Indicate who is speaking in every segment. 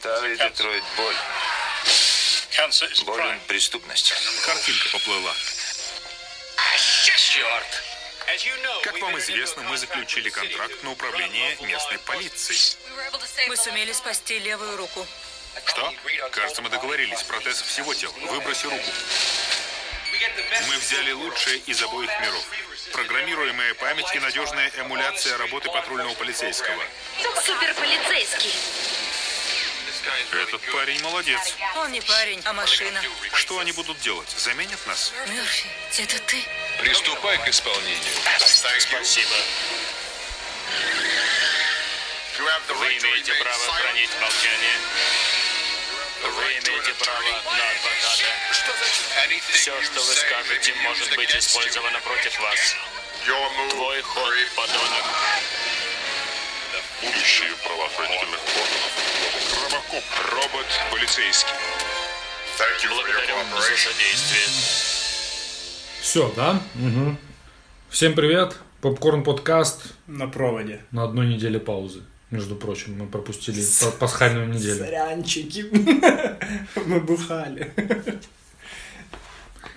Speaker 1: Старый Детройт боль. Болен
Speaker 2: Болен.
Speaker 1: преступностью.
Speaker 3: Картинка поплыла.
Speaker 4: Черт!
Speaker 3: Как вам известно, мы заключили контракт на управление местной полицией.
Speaker 5: Мы сумели спасти левую руку.
Speaker 3: Что? Кажется, мы договорились. Протез всего тела. Выброси руку. Мы взяли лучшее из обоих миров. Программируемая память и надежная эмуляция работы патрульного полицейского.
Speaker 6: Суперполицейский.
Speaker 3: Этот парень молодец.
Speaker 5: Он не парень, а машина.
Speaker 3: Что они будут делать? Заменят нас?
Speaker 5: Мерфи, это ты?
Speaker 7: Приступай к исполнению.
Speaker 2: Спасибо. Вы имеете право хранить молчание. Вы имеете право на адвоката. Все, что вы скажете, может быть использовано против вас. Твой ход, подонок.
Speaker 8: Будущее правоохранительных органов. Робокоп.
Speaker 3: Робот полицейский.
Speaker 2: Благодарю за содействие.
Speaker 9: Все, да? Мгм. Всем привет. Попкорн подкаст
Speaker 10: На проводе.
Speaker 9: на одной неделе паузы. Между прочим, мы пропустили па- пасхальную неделю.
Speaker 10: Сорянчики. Мы бухали.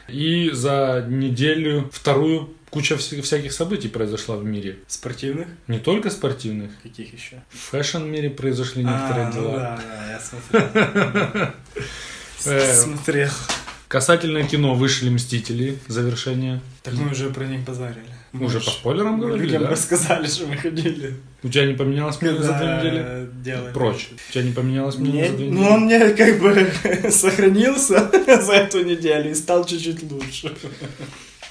Speaker 9: И за неделю вторую куча вс- всяких событий произошла в мире.
Speaker 10: Спортивных?
Speaker 9: Не только спортивных.
Speaker 10: Каких еще?
Speaker 9: В фэшн-мире произошли некоторые
Speaker 10: А, ну
Speaker 9: дела.
Speaker 10: да, да, я смотрел.
Speaker 9: Э,
Speaker 10: Смотрел.
Speaker 9: Касательно кино вышли «Мстители. Завершение».
Speaker 10: Так мы уже про них базарили. Мы
Speaker 9: уже
Speaker 10: Ну, ж
Speaker 9: по спойлерам говорили,
Speaker 10: Людям
Speaker 9: да?
Speaker 10: рассказали, что мы ходили.
Speaker 9: У тебя не поменялось мнение за две
Speaker 10: Да,
Speaker 9: недели?
Speaker 10: Делали.
Speaker 9: Прочь. У тебя не поменялось мнение
Speaker 10: Мне-
Speaker 9: за две недели?
Speaker 10: ну, он мне как бы сохранился за эту неделю и стал чуть-чуть лучше.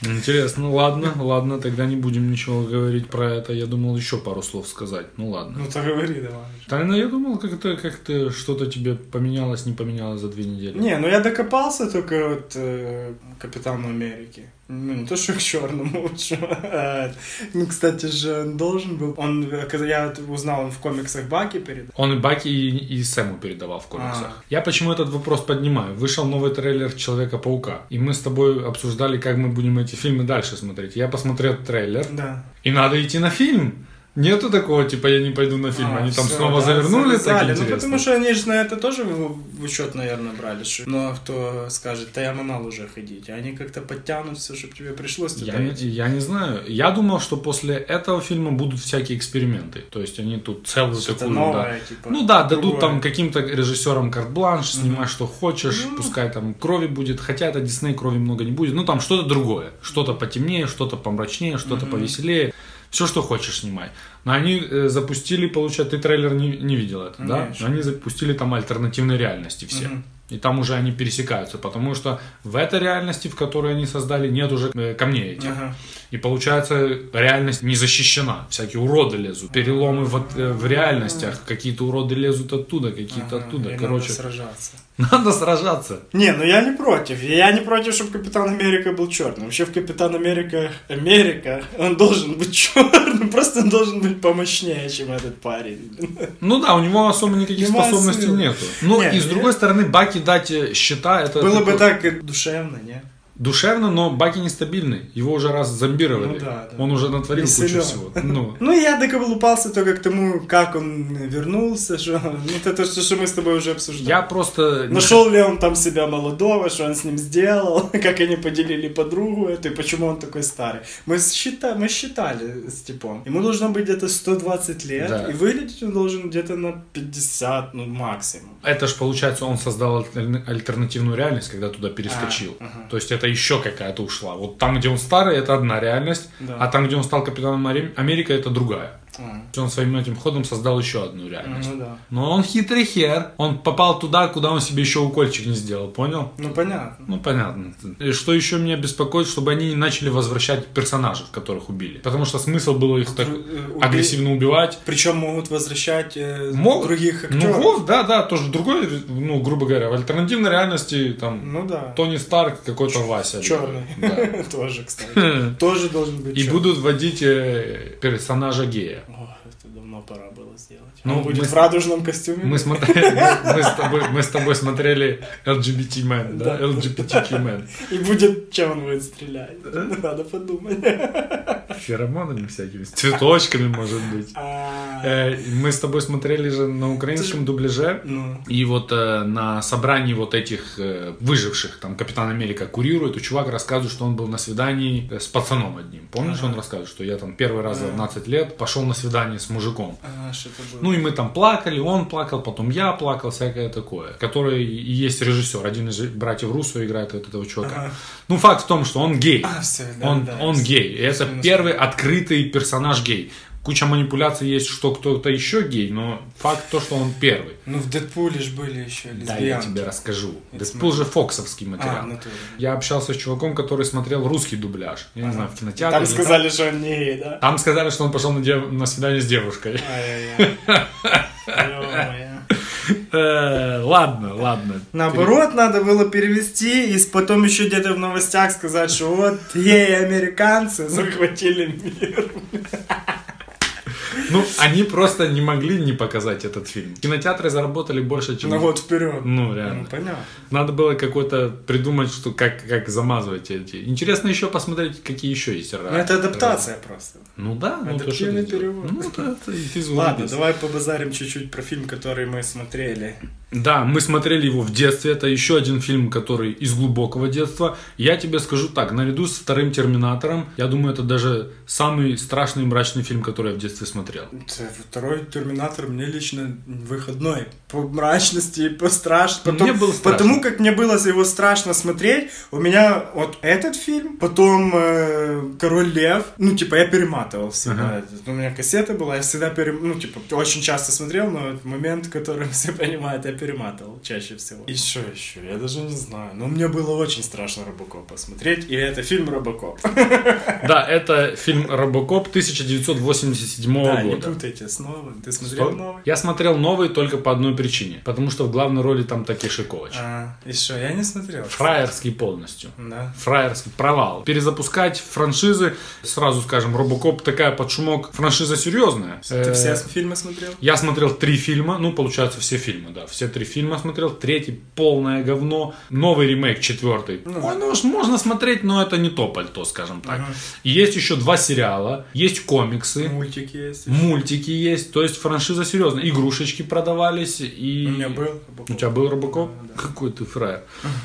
Speaker 9: Интересно, ну ладно, ладно, тогда не будем ничего говорить про это. Я думал еще пару слов сказать. Ну ладно.
Speaker 10: Ну, то говори давай.
Speaker 9: Тайна, я думал, как-то как что-то тебе поменялось, не поменялось за две недели.
Speaker 10: Не, ну я докопался только вот э, Капитану Америки. Ну, не то, что к черному лучшему. Ну, кстати же, он должен был... Он, э, когда я вот узнал, он в комиксах Баки перед...
Speaker 9: Он и Баки, и, и Сэму передавал в комиксах.
Speaker 10: А.
Speaker 9: Я почему этот вопрос поднимаю? Вышел новый трейлер Человека-паука. И мы с тобой обсуждали, как мы будем эти фильмы дальше смотреть. Я посмотрел трейлер.
Speaker 10: Да.
Speaker 9: И надо идти на фильм. Нету такого, типа, я не пойду на фильм.
Speaker 10: А,
Speaker 9: Они там
Speaker 10: всё,
Speaker 9: снова
Speaker 10: да,
Speaker 9: завернули, так
Speaker 10: завязали.
Speaker 9: интересно.
Speaker 10: Ну, потому что они же на это тоже в, учет, наверное, брали. что- Но кто скажет, да я на нал уже ходить. Они как-то подтянут все, чтобы тебе пришлось туда
Speaker 9: Я не,
Speaker 10: идти.
Speaker 9: я не знаю. Я думал, что после этого фильма будут всякие эксперименты. То есть они тут целую
Speaker 10: Что-то
Speaker 9: такую...
Speaker 10: новое,
Speaker 9: да.
Speaker 10: типа,
Speaker 9: Ну да, дадут
Speaker 10: другое.
Speaker 9: там каким-то режиссерам карт-бланш, снимай что хочешь,
Speaker 10: Ну.
Speaker 9: пускай там крови будет, хотя это Дисней крови много не будет, ну там что-то другое, что-то потемнее, что-то помрачнее, что-то повеселее, все, что хочешь снимай. Но они э, запустили, получается, ты трейлер не, не видел это, да?
Speaker 10: Конечно.
Speaker 9: Но они запустили там альтернативные реальности все. И там уже они пересекаются, потому что в этой реальности, в которой они создали, нет уже э, камней этих.
Speaker 10: Ага.
Speaker 9: И получается, реальность не защищена. Всякие уроды лезут. Переломы в, от- э, в реальностях. Какие-то уроды лезут оттуда,
Speaker 10: Ага,
Speaker 9: какие-то
Speaker 10: и
Speaker 9: оттуда.
Speaker 10: надо
Speaker 9: Короче,
Speaker 10: сражаться.
Speaker 9: надо сражаться.
Speaker 10: Не, ну я не против. Я не против, чтобы Капитан Америка был черным. Вообще в Капитан Америка Америка он должен быть черным. Просто он должен быть помощнее, чем этот парень.
Speaker 9: Ну да, у него особо никаких
Speaker 10: Нема
Speaker 9: способностей
Speaker 10: сил.
Speaker 9: нету. Ну
Speaker 10: Не,
Speaker 9: и с
Speaker 10: не-
Speaker 9: другой стороны, Баки дать э, щита, это
Speaker 10: Было
Speaker 9: такое
Speaker 10: бы так и душевно, не?
Speaker 9: душевно, но Баки нестабильный. Его уже раз зомбировали.
Speaker 10: Ну да, да.
Speaker 9: Он уже натворил
Speaker 10: Не
Speaker 9: кучу
Speaker 10: силен.
Speaker 9: всего. Ну,
Speaker 10: Ну, я доколупался только к тому, как он вернулся, что... Ну, это то, что что мы с тобой уже обсуждали.
Speaker 9: я просто... не
Speaker 10: Нашел ли он там себя молодого, что он с ним сделал, как они поделили подругу эту, и почему он такой старый. Мы, счита, мы считали с типом. Ему должно быть где-то 120 лет,
Speaker 9: Да.
Speaker 10: и выглядеть он должен где-то на 50, ну, максимум.
Speaker 9: Это же получается, он создал аль- альтернативную реальность, когда туда перескочил.
Speaker 10: А, ага.
Speaker 9: То есть это еще какая-то ушла. Вот там, где он старый, это одна реальность,
Speaker 10: Да.
Speaker 9: а там, где он стал капитаном Ари- Америка, это другая.
Speaker 10: А,
Speaker 9: То есть он своим этим ходом создал еще одну реальность.
Speaker 10: Ну да.
Speaker 9: Но он хитрый хер. Он попал туда, куда он себе еще укольчик не сделал, понял?
Speaker 10: Ну, понятно.
Speaker 9: Ну, понятно. И что еще меня беспокоит, чтобы они не начали возвращать персонажей, которых убили. Потому что смысл было их так
Speaker 10: э, убей-
Speaker 9: агрессивно убивать.
Speaker 10: Причем могут возвращать э,
Speaker 9: Мог-
Speaker 10: других
Speaker 9: Ну
Speaker 10: актеров.
Speaker 9: вот, да, да, тоже другой, ну, грубо говоря, в альтернативной реальности там
Speaker 10: Ну да.
Speaker 9: Тони Старк, какой-то Вася.
Speaker 10: Черный.
Speaker 9: Да.
Speaker 10: Тоже, кстати. Тоже должен быть
Speaker 9: И
Speaker 10: черный.
Speaker 9: будут вводить э, персонажа гея.
Speaker 10: О, это давно пора было сделать.
Speaker 9: Ну,
Speaker 10: Ну, будет
Speaker 9: мы с-
Speaker 10: в радужном костюме.
Speaker 9: Мы, смотрели, мы, с тобой, мы с тобой смотрели LGBT Man, да?
Speaker 10: Да.
Speaker 9: LGBTQ Man.
Speaker 10: И будет, чем он будет стрелять. Надо подумать.
Speaker 9: Феромонами всякими, с цветочками, может быть.
Speaker 10: А,
Speaker 9: Э, Мы с тобой смотрели же на украинском дубляже.
Speaker 10: Ну.
Speaker 9: И вот э, на собрании вот этих э, выживших, там Капитан Америка курирует, и чувак рассказывает, что он был на свидании э, с пацаном одним. Помнишь, он рассказывает, что я там первый раз за 12 лет пошел на свидание с мужиком.
Speaker 10: А, что это было?
Speaker 9: Ну и мы там плакали, он плакал, потом я плакал, всякое такое. Который и есть режиссер, один из братьев Руссо играет вот этого чувака. Ну факт в том, что он гей.
Speaker 10: А, всё, да,
Speaker 9: он,
Speaker 10: да,
Speaker 9: он
Speaker 10: всё,
Speaker 9: гей. И это первый открытый персонаж гей. Куча манипуляций есть, что кто-то еще гей, но факт то, что он первый.
Speaker 10: Ну, в Дэдпуле же были еще лесбиянки.
Speaker 9: Да, я тебе расскажу. Дэдпул же фоксовский материал.
Speaker 10: А, в натуре.
Speaker 9: я общался с чуваком, который смотрел русский дубляж. Я не знаю, в кинотеатре.
Speaker 10: Там
Speaker 9: или
Speaker 10: сказали, что он не гей, да?
Speaker 9: Там сказали, что он пошел на, дев- на свидание с девушкой.
Speaker 10: Ай-яй-яй. Ё-моё.
Speaker 9: Э, Ладно, ладно.
Speaker 10: Наоборот, надо было перевести и с- потом еще где-то в новостях сказать, что вот геи-американцы захватили мир.
Speaker 9: Ну, они просто не могли не показать этот фильм. Кинотеатры заработали больше, чем...
Speaker 10: На год вперед.
Speaker 9: Ну, реально.
Speaker 10: Ну, понятно.
Speaker 9: Надо было какое-то придумать, что как, как замазывать эти. Интересно еще посмотреть, какие еще есть
Speaker 10: Ну, это адаптация просто.
Speaker 9: Ну да, ну то что ты
Speaker 10: Адаптивный
Speaker 9: сделал?
Speaker 10: перевод.
Speaker 9: Ну да, ты- ты
Speaker 10: Ладно,
Speaker 9: заулыбался.
Speaker 10: давай побазарим чуть-чуть про фильм, который мы смотрели.
Speaker 9: Да, мы смотрели его в детстве. Это еще один фильм, который из глубокого детства. Я тебе скажу так, наряду с вторым Терминатором, я думаю, это даже самый страшный и мрачный фильм, который я в детстве смотрел.
Speaker 10: Это Второй Терминатор мне лично выходной. По мрачности и по страш...
Speaker 9: Мне было страшно.
Speaker 10: Потому как мне было его страшно смотреть, у меня вот этот фильм, потом э, Король Лев, ну, типа, я перематывал всегда. У меня кассета была, я всегда перем... ну, типа, очень часто смотрел, но вот момент, который все понимают, я перематывал чаще всего. И что еще? Я даже не знаю. Но мне было очень страшно Робокоп посмотреть, и это фильм Робокоп.
Speaker 9: Да, это фильм «Робокоп» 1987
Speaker 10: Да, не
Speaker 9: года.
Speaker 10: путайте с новым. Ты смотрел новый?
Speaker 9: Я смотрел новый только по одной причине. Потому что в главной роли там такие Шикович.
Speaker 10: А, и что, я не смотрел.
Speaker 9: Фраерский полностью.
Speaker 10: Да.
Speaker 9: Фраерский провал. Перезапускать франшизы, сразу скажем, Робокоп такая под шумок. Франшиза серьезная.
Speaker 10: Ты
Speaker 9: Э,
Speaker 10: все фильмы смотрел?
Speaker 9: Я смотрел три фильма, ну, получается, все фильмы, да. Все три фильма смотрел. Третий полное говно. Новый ремейк, четвертый. Ой, ну уж можно смотреть, но это не то пальто, скажем так. И есть еще два сериала, есть комиксы.
Speaker 10: Мультик есть.
Speaker 9: Мультики есть, то есть франшиза серьезная. Игрушечки продавались и...
Speaker 10: У меня был
Speaker 9: У
Speaker 10: Робокоп.
Speaker 9: тебя был Робокоп? Какой ты фраер.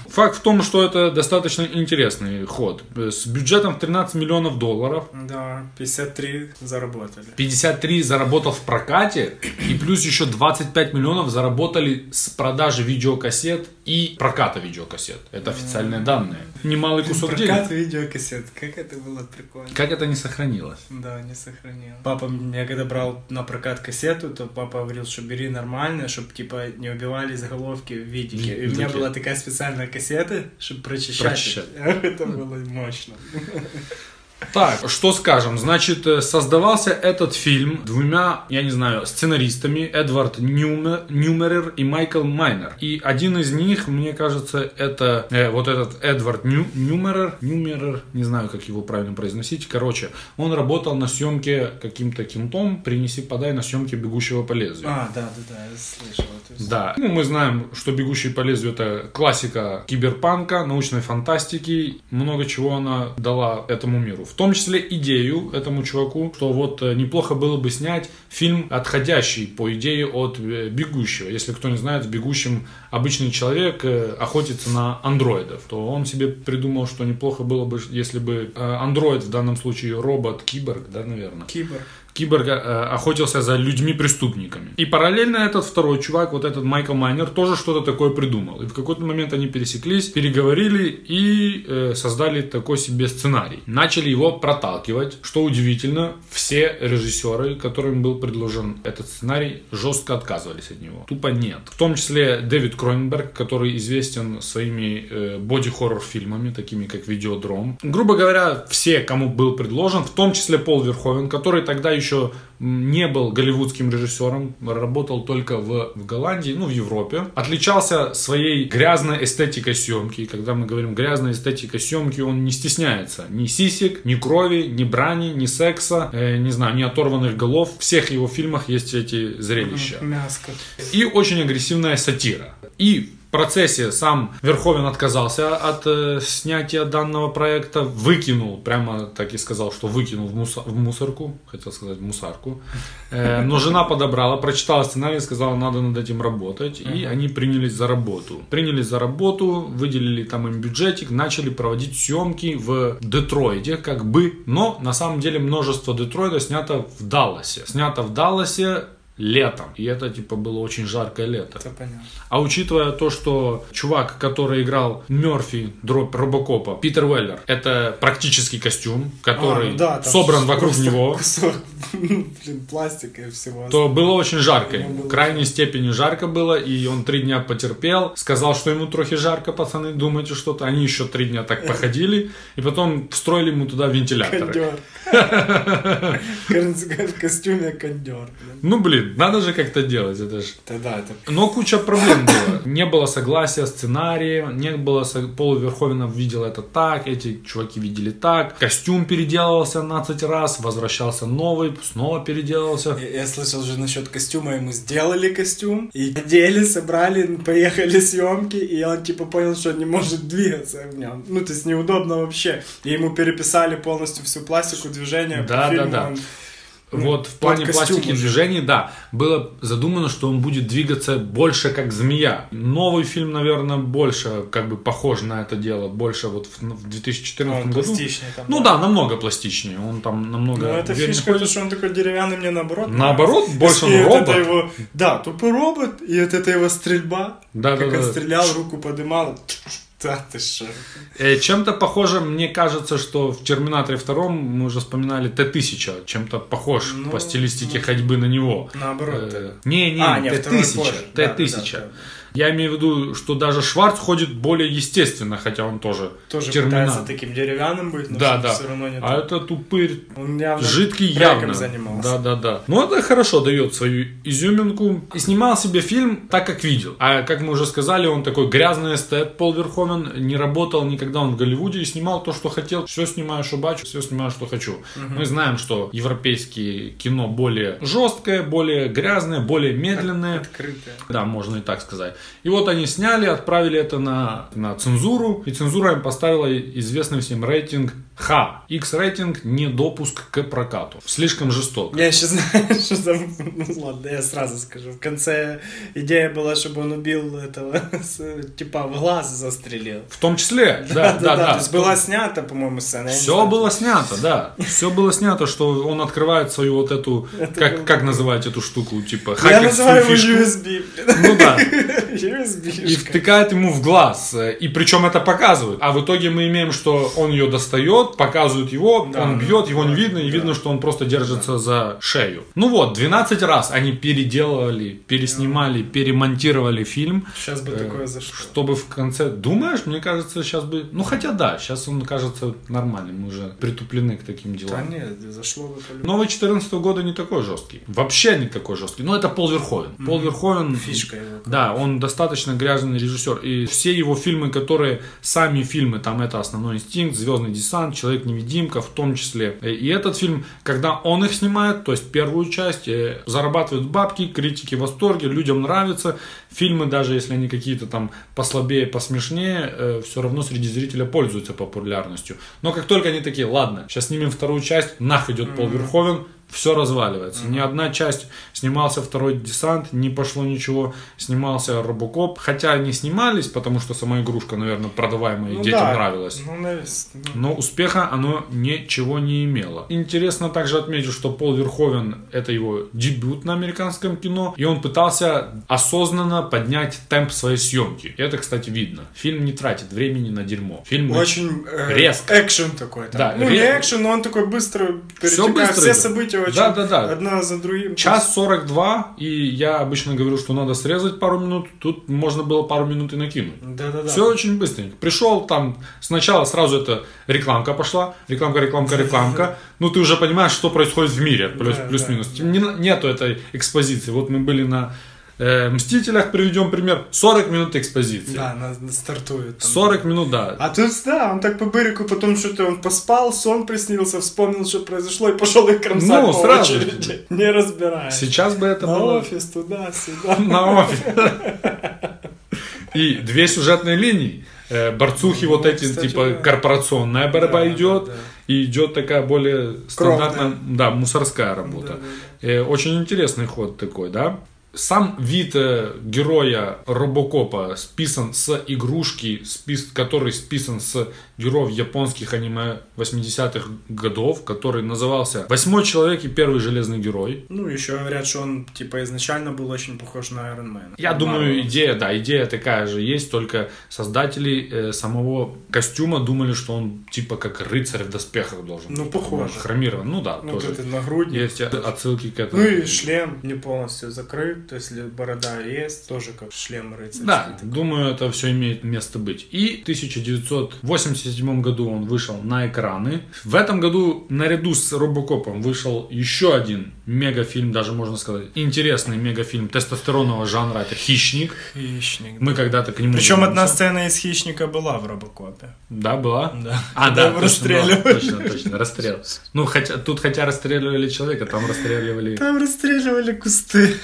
Speaker 9: Факт в том, что это достаточно интересный ход. Э, С бюджетом в 13 миллионов долларов.
Speaker 10: Да, 53 заработали.
Speaker 9: 53 заработал в прокате, и плюс еще 25 миллионов заработали с продажи видеокассет и проката видеокассет. Это официальные данные. Немалый кусок
Speaker 10: Прокат
Speaker 9: денег.
Speaker 10: видеокассет. Как это было прикольно.
Speaker 9: Как это не сохранилось?
Speaker 10: Да, не сохранил. Папа, я когда брал на прокат кассету, то папа говорил, что бери нормально, чтобы типа не убивали заголовки в видике. И у меня
Speaker 9: Видики.
Speaker 10: была такая специальная кассета, чтобы прочищать.
Speaker 9: Прочищать.
Speaker 10: Это было мощно.
Speaker 9: Так, что скажем? Значит, э, создавался этот фильм двумя, я не знаю, сценаристами, Эдвард Ньюме- Ньюмерер и Майкл Майнер. И один из них, мне кажется, это э, вот этот Эдвард Ню- Ньюмерер, Ньюмерер, не знаю, как его правильно произносить, короче, он работал на съемке каким-то кентом, принеси, подай на съемке «Бегущего по лезвию».
Speaker 10: А, да, да, да, я слышал. эту историю.
Speaker 9: Да. Ну, мы знаем, что «Бегущий по лезвию» — это классика киберпанка, научной фантастики. Много чего она дала этому миру. В том числе идею этому чуваку, что вот э, неплохо было бы снять фильм, отходящий по идее от э, «Бегущего». Если кто не знает, в «Бегущем» обычный человек э, охотится на андроидов. То он себе придумал, что неплохо было бы, если бы э, андроид, в данном случае робот, киборг, да, наверное,
Speaker 10: Кибер.
Speaker 9: киборг э, охотился за людьми-преступниками. И параллельно этот второй чувак, вот этот Майкл Майнер, тоже что-то такое придумал. И в какой-то момент они пересеклись, переговорили и э, создали такой себе сценарий. Начали его проталкивать. Что удивительно, все режиссеры, которым был предложен этот сценарий, жестко отказывались от него. Тупо нет. В том числе Дэвид Кроненберг, который известен своими э, боди-хоррор фильмами, такими как «Видеодром». Грубо говоря, все, кому был предложен, в том числе Пол Верховен, который тогда еще м, не был голливудским режиссером, работал только в, в Голландии, ну, в Европе. Отличался своей грязной эстетикой съемки. И когда мы говорим грязная эстетика съемки, он не стесняется ни сисек, ни крови, ни брани, ни секса, э, не знаю, ни оторванных голов. В всех его фильмах есть эти зрелища
Speaker 10: Мяско.
Speaker 9: и очень агрессивная сатира. И процессе сам Верховен отказался от э, снятия данного проекта, выкинул, прямо так и сказал, что выкинул в, муса- в мусорку, хотел сказать в мусарку. Э, но жена подобрала, прочитала сценарий, сказала, надо над этим работать, и они принялись за работу. Принялись за работу, выделили там им бюджетик, начали проводить съемки в Детройте, как бы, но на самом деле множество Детройта снято в Далласе. Снято в Далласе летом. И это, типа, было очень жаркое лето.
Speaker 10: Это понятно.
Speaker 9: А учитывая то, что чувак, который играл Мерфи, дроп Робокопа, Питер Уэллер, это практически костюм, который
Speaker 10: А, ну да, там
Speaker 9: собран
Speaker 10: же
Speaker 9: вокруг
Speaker 10: просто
Speaker 9: него,
Speaker 10: Кусок, ну, блин, пластика и всего.
Speaker 9: то было очень жарко.
Speaker 10: Ну,
Speaker 9: ему.
Speaker 10: было
Speaker 9: В крайней степени жарко было, и он три дня потерпел, сказал, что ему трохи жарко, пацаны, думайте что-то. Они еще три дня так походили, и потом встроили ему туда вентиляторы.
Speaker 10: Кондер. В костюме кондер. блин.
Speaker 9: Ну, блин, надо же как-то делать, это же
Speaker 10: Это да, это
Speaker 9: Но куча проблем было. Не было согласия сценария, не было... со- Пол Верховенов видел это так, эти чуваки видели так. Костюм переделывался 12 раз, возвращался новый, снова переделывался.
Speaker 10: Я, я слышал же насчет костюма, ему сделали костюм, и одели, собрали, поехали съемки, и он типа понял, что не может двигаться в нем. Ну, то есть неудобно вообще. И ему переписали полностью всю пластику движения
Speaker 9: Да, да,
Speaker 10: по фильму.
Speaker 9: да.
Speaker 10: он-
Speaker 9: Вот в
Speaker 10: ну, под
Speaker 9: плане
Speaker 10: костюм
Speaker 9: пластики
Speaker 10: уже.
Speaker 9: движений, да, было задумано, что он будет двигаться больше как змея. Новый фильм, наверное, больше как бы похож на это дело, больше вот в, в 2014
Speaker 10: Он
Speaker 9: году.
Speaker 10: пластичнее там,
Speaker 9: ну да. намного пластичнее. Он там намного.
Speaker 10: Ну, это
Speaker 9: уверенно
Speaker 10: фишка, то,
Speaker 9: ходит.
Speaker 10: что он такой деревянный, мне наоборот.
Speaker 9: Наоборот,
Speaker 10: нравится.
Speaker 9: больше он
Speaker 10: И вот это
Speaker 9: робот.
Speaker 10: его- да, тупо робот, и вот это его стрельба.
Speaker 9: Да,
Speaker 10: как
Speaker 9: да,
Speaker 10: он
Speaker 9: да.
Speaker 10: стрелял, руку подымал. Да, ты что?
Speaker 9: Э, Чем-то похоже, мне кажется, что в «Терминаторе 2» мы уже вспоминали Т-1000, чем-то похож
Speaker 10: Ну,
Speaker 9: по стилистике ходьбы на него.
Speaker 10: Наоборот.
Speaker 9: Э, Не, не,
Speaker 10: А, не, второй позже.
Speaker 9: Т-1000,
Speaker 10: Да, да, да,
Speaker 9: Т-1000.
Speaker 10: да.
Speaker 9: Я имею в виду, что даже Шварц ходит более естественно, хотя он тоже,
Speaker 10: Тоже
Speaker 9: терминатор.
Speaker 10: пытается таким деревянным быть, но
Speaker 9: Да, да.
Speaker 10: все равно не
Speaker 9: а
Speaker 10: то.
Speaker 9: это тупырь
Speaker 10: Он явно
Speaker 9: Жидкий
Speaker 10: треком
Speaker 9: явно.
Speaker 10: занимался.
Speaker 9: Да, да, да. Но это хорошо дает свою изюминку. И снимал себе фильм так, как видел. А как мы уже сказали, он такой грязный эстет, Пол Верховен, не работал никогда он в Голливуде и снимал то, что хотел. Все снимаю, что бачу, все снимаю, что хочу. Мы знаем, что европейские кино более жесткое, более грязное, более медленное.
Speaker 10: Открытое.
Speaker 9: Да, можно и так сказать. И вот они сняли, отправили это на, на цензуру, и цензура им поставила известный всем рейтинг Х. X-рейтинг – недопуск к прокату. Слишком жесток.
Speaker 10: Я еще знаю, что там... Ну ладно, я сразу скажу. В конце идея была, чтобы он убил этого, с- типа, в глаз застрелил.
Speaker 9: В том числе, да, да,
Speaker 10: То
Speaker 9: да.
Speaker 10: есть была снята, по-моему, сцена. я не
Speaker 9: Все
Speaker 10: знаю.
Speaker 9: было снято, да. Все было снято, что он открывает свою вот эту, как, как называть эту штуку, типа
Speaker 10: Я называю его
Speaker 9: хакерскую
Speaker 10: USB,
Speaker 9: фишку.
Speaker 10: блин.
Speaker 9: Ну да.
Speaker 10: USB.
Speaker 9: и
Speaker 10: -шка.
Speaker 9: втыкает ему в глаз. Э, И причем это показывают. А в итоге мы имеем, что он ее достает, показывают его,
Speaker 10: Да.
Speaker 9: он бьет, его не
Speaker 10: Да.
Speaker 9: видно, и
Speaker 10: Да.
Speaker 9: видно, что он просто держится за шею. Ну вот, 12 раз они переделывали, переснимали, перемонтировали фильм.
Speaker 10: Сейчас бы
Speaker 9: Э,
Speaker 10: такое зашло.
Speaker 9: Чтобы в конце... Думаешь, мне кажется, сейчас бы... Ну, хотя да, сейчас он кажется нормальным, мы уже притуплены к таким
Speaker 10: Да
Speaker 9: делам.
Speaker 10: нет, зашло бы по
Speaker 9: Новый 14 года не такой жесткий. Вообще не такой жесткий. Но это Пол Верховен. Пол Верховен...
Speaker 10: Фишка его.
Speaker 9: Да, он достаточно грязный режиссер. И все его фильмы, которые сами фильмы, там это «Основной инстинкт», «Звездный десант», «Человек-невидимка», в том числе. Э, И этот фильм, когда он их снимает, то есть первую часть, э, зарабатывают бабки, критики в восторге, людям нравится. Фильмы, даже если они какие-то там послабее, посмешнее, все равно среди зрителя пользуются популярностью. Но как только они такие, ладно, сейчас снимем вторую часть, нах идет Пол Верховен, все разваливается. Ни одна часть снимался второй десант, не пошло ничего, снимался Робокоп. Хотя они снимались, потому что сама игрушка, наверное, продаваемая, и
Speaker 10: Ну
Speaker 9: детям
Speaker 10: да,
Speaker 9: нравилась.
Speaker 10: Ну, наверное,
Speaker 9: Но успеха оно ничего не имело. Интересно также отметить, что Пол Верховен – это его дебют на американском кино, и он пытался осознанно поднять темп своей съемки. И это, кстати, видно. Фильм не тратит времени на дерьмо. Фильм
Speaker 10: Очень э,
Speaker 9: Резко.
Speaker 10: экшен такой. Там.
Speaker 9: Да,
Speaker 10: ну,
Speaker 9: ре-
Speaker 10: не экшен, но он такой быстро перетекает.
Speaker 9: быстро
Speaker 10: все
Speaker 9: идет.
Speaker 10: события очень
Speaker 9: Да, да, да.
Speaker 10: одна за другим.
Speaker 9: Час 42, и я обычно говорю, что надо срезать пару минут, тут можно было пару минут и накинуть.
Speaker 10: Да, да, да.
Speaker 9: Все очень быстренько. Пришел там, сначала сразу это рекламка пошла, рекламка, рекламка, рекламка. Ну, ты уже понимаешь, что происходит в мире, плюс-
Speaker 10: Да,
Speaker 9: плюс-минус. Не- нету этой экспозиции. Вот мы были на э, «Мстителях», приведем пример, 40 минут экспозиции.
Speaker 10: Да, она стартует. там.
Speaker 9: 40 минут, да.
Speaker 10: А тут, да, он так по берегу, потом что-то он поспал, сон приснился, вспомнил, что произошло, и пошел их кромсать
Speaker 9: Ну,
Speaker 10: по
Speaker 9: сразу же.
Speaker 10: очереди. Не разбирая.
Speaker 9: Сейчас бы это
Speaker 10: На
Speaker 9: было...
Speaker 10: офис, туда, сюда.
Speaker 9: На офис. И две сюжетные линии. Э, Борцухи вот эти,
Speaker 10: Ну, кстати,
Speaker 9: типа,
Speaker 10: да.
Speaker 9: корпорационная борьба
Speaker 10: Да,
Speaker 9: идет.
Speaker 10: да, да.
Speaker 9: И идет такая более стандартная, да, мусорская работа. Э, Очень интересный ход такой, да. Сам вид э, героя Робокопа списан с игрушки, спис, который списан с героев японских аниме 80-х годов, который назывался «Восьмой человек и первый железный герой».
Speaker 10: Ну, еще говорят, что он, типа, изначально был очень похож на Айронмена.
Speaker 9: Я думаю, идея, да, идея такая же есть, только создатели э, самого костюма думали, что он типа как рыцарь в доспехах должен
Speaker 10: Ну,
Speaker 9: быть,
Speaker 10: похоже.
Speaker 9: Хромирован, ну да,
Speaker 10: Ну,
Speaker 9: тоже.
Speaker 10: вот этот нагрудник.
Speaker 9: Есть отсылки к этому.
Speaker 10: Ну и шлем не полностью закрыт, то есть борода есть, тоже как шлем рыцарь.
Speaker 9: Да, думаю, это все имеет место быть. И в 1987 году он вышел на экраны. В этом году наряду с Робокопом вышел еще один мегафильм, даже можно сказать, интересный мегафильм тестостеронного жанра. Это «Хищник».
Speaker 10: Хищник.
Speaker 9: Мы когда-то к нему...
Speaker 10: Причем
Speaker 9: вернемся.
Speaker 10: одна сцена из хищника была в Робокопе.
Speaker 9: Да, была?
Speaker 10: Да.
Speaker 9: А,
Speaker 10: Когда
Speaker 9: да,
Speaker 10: его
Speaker 9: точно, была.
Speaker 10: расстреливали.
Speaker 9: Точно, точно, расстрел. Ну, хотя, тут хотя расстреливали человека, там расстреливали...
Speaker 10: Там расстреливали кусты.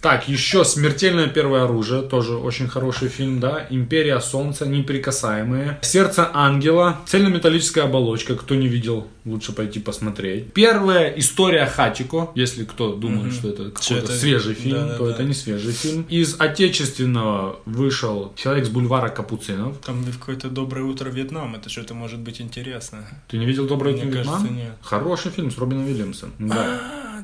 Speaker 9: Так, еще «Смертельное первое оружие», тоже очень хороший фильм, да. «Империя солнца», «Неприкасаемые», «Сердце ангела», «Цельнометаллическая оболочка», кто не видел, лучше пойти посмотреть. Первая «История Хатико», если кто думает, что это какой-то
Speaker 10: это-
Speaker 9: свежий фильм,
Speaker 10: да-да-да.
Speaker 9: то это не свежий фильм. Из отечественного вышел «Человек с бульвара Капуцинов».
Speaker 10: Там какое-то доброе утро Вьетнам, это что-то может быть интересно.
Speaker 9: Ты не видел «Добрый
Speaker 10: Мне
Speaker 9: день,
Speaker 10: кажется,
Speaker 9: Вьетнам»?
Speaker 10: нет.
Speaker 9: Хороший фильм с Робином Уильямсом. Да.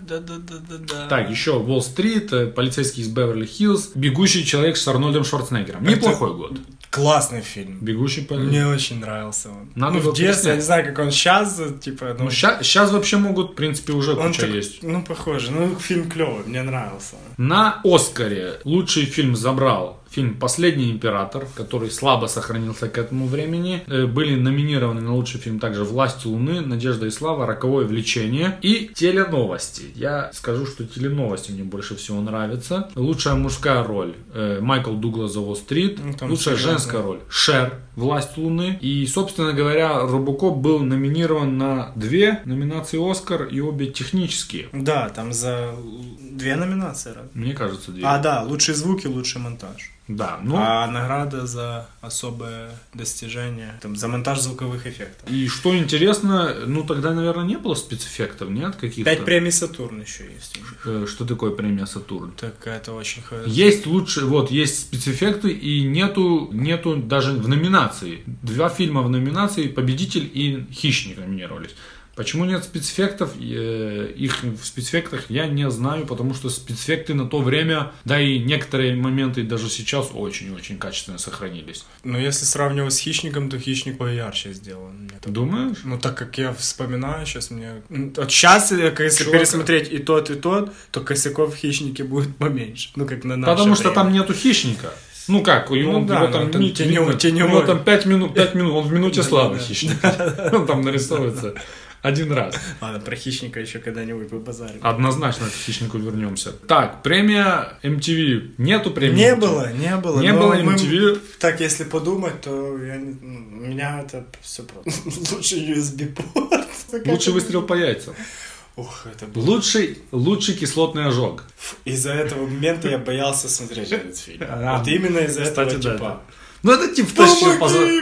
Speaker 10: Да, да, да, да, да.
Speaker 9: Так, еще Уолл-стрит, э, полицейский из Беверли-Хиллз, бегущий человек с Арнольдом Шварценеггером. Неплохой год.
Speaker 10: Классный фильм.
Speaker 9: Бегущий по...
Speaker 10: Мне очень нравился он.
Speaker 9: Надо
Speaker 10: ну,
Speaker 9: было
Speaker 10: в детстве, я
Speaker 9: переснять.
Speaker 10: не знаю, как он сейчас, типа, ну,
Speaker 9: Ну, сейчас вообще могут, в принципе, уже
Speaker 10: он
Speaker 9: куча
Speaker 10: так-
Speaker 9: есть.
Speaker 10: ну, похоже, ну, фильм клевый, мне нравился.
Speaker 9: На Оскаре лучший фильм забрал фильм «Последний император», который слабо сохранился к этому времени. Э, Были номинированы на лучший фильм также «Власть Луны», «Надежда и слава», «Роковое влечение» и «Теленовости». Я скажу, что «Теленовости» мне больше всего нравятся. Лучшая мужская роль э, Майкл Дуглас за «Уолл-стрит».
Speaker 10: Ну, там
Speaker 9: Лучшая
Speaker 10: серьезно.
Speaker 9: женская роль Шер, «Власть Луны». И, собственно говоря, Робокоп был номинирован на две номинации «Оскар» и обе технические.
Speaker 10: Да, там за л- две номинации. раз.
Speaker 9: Мне кажется, две.
Speaker 10: А, да, лучшие звуки, лучший монтаж.
Speaker 9: Да, ну...
Speaker 10: А награда за особое достижение, там, за монтаж звуковых эффектов.
Speaker 9: И что интересно, ну тогда, наверное, не было спецэффектов, нет? Каких-то?
Speaker 10: Пять премий Сатурн еще есть. у них.
Speaker 9: Э, Что такое премия Сатурн?
Speaker 10: Так, это очень хорошо.
Speaker 9: Есть лучше, вот, есть спецэффекты, и нету, нету даже в номинации. Два фильма в номинации «Победитель» и «Хищник» номинировались. Почему нет спецэффектов? Э, Их в спецэффектах я не знаю, потому что спецэффекты на то время, да и некоторые моменты даже сейчас очень-очень качественно сохранились.
Speaker 10: Но ну, если сравнивать с «Хищником», то «Хищник» поярче сделан. Мне так-
Speaker 9: Думаешь?
Speaker 10: Ну, так как я вспоминаю сейчас, мне... М, Вот сейчас, если
Speaker 9: Чувака.
Speaker 10: пересмотреть и тот, и тот, то косяков в «Хищнике» будет поменьше. Ну, как на наше
Speaker 9: Потому что
Speaker 10: время.
Speaker 9: там нету хищника. Ну как, и он,
Speaker 10: Ну да,
Speaker 9: его
Speaker 10: ну
Speaker 9: там,
Speaker 10: там
Speaker 9: не-
Speaker 10: теневой-
Speaker 9: видно.
Speaker 10: теневой.
Speaker 9: У него там 5 минут, 5 минут, он в минуте
Speaker 10: Да,
Speaker 9: славы
Speaker 10: да.
Speaker 9: хищник. Он там нарисовывается один раз.
Speaker 10: Ладно, про «Хищника» еще когда-нибудь побазарим.
Speaker 9: Однозначно к хищнику вернемся. Так, премия MTV. Нету премии.
Speaker 10: Не
Speaker 9: MTV.
Speaker 10: было, не было.
Speaker 9: Не
Speaker 10: но
Speaker 9: было
Speaker 10: мы-
Speaker 9: MTV.
Speaker 10: Так, если подумать, то я не- ну, у меня это все просто. Лучше USB-порт.
Speaker 9: Лучший выстрел по яйцам.
Speaker 10: Ух, это было.
Speaker 9: Лучший, лучший кислотный ожог.
Speaker 10: Из-за этого момента я боялся смотреть этот фильм.
Speaker 9: А,
Speaker 10: Вот именно из-за этого
Speaker 9: Кстати, да.
Speaker 10: типа.
Speaker 9: Ну это тип
Speaker 10: Помоги
Speaker 9: втащил по за-
Speaker 10: мне!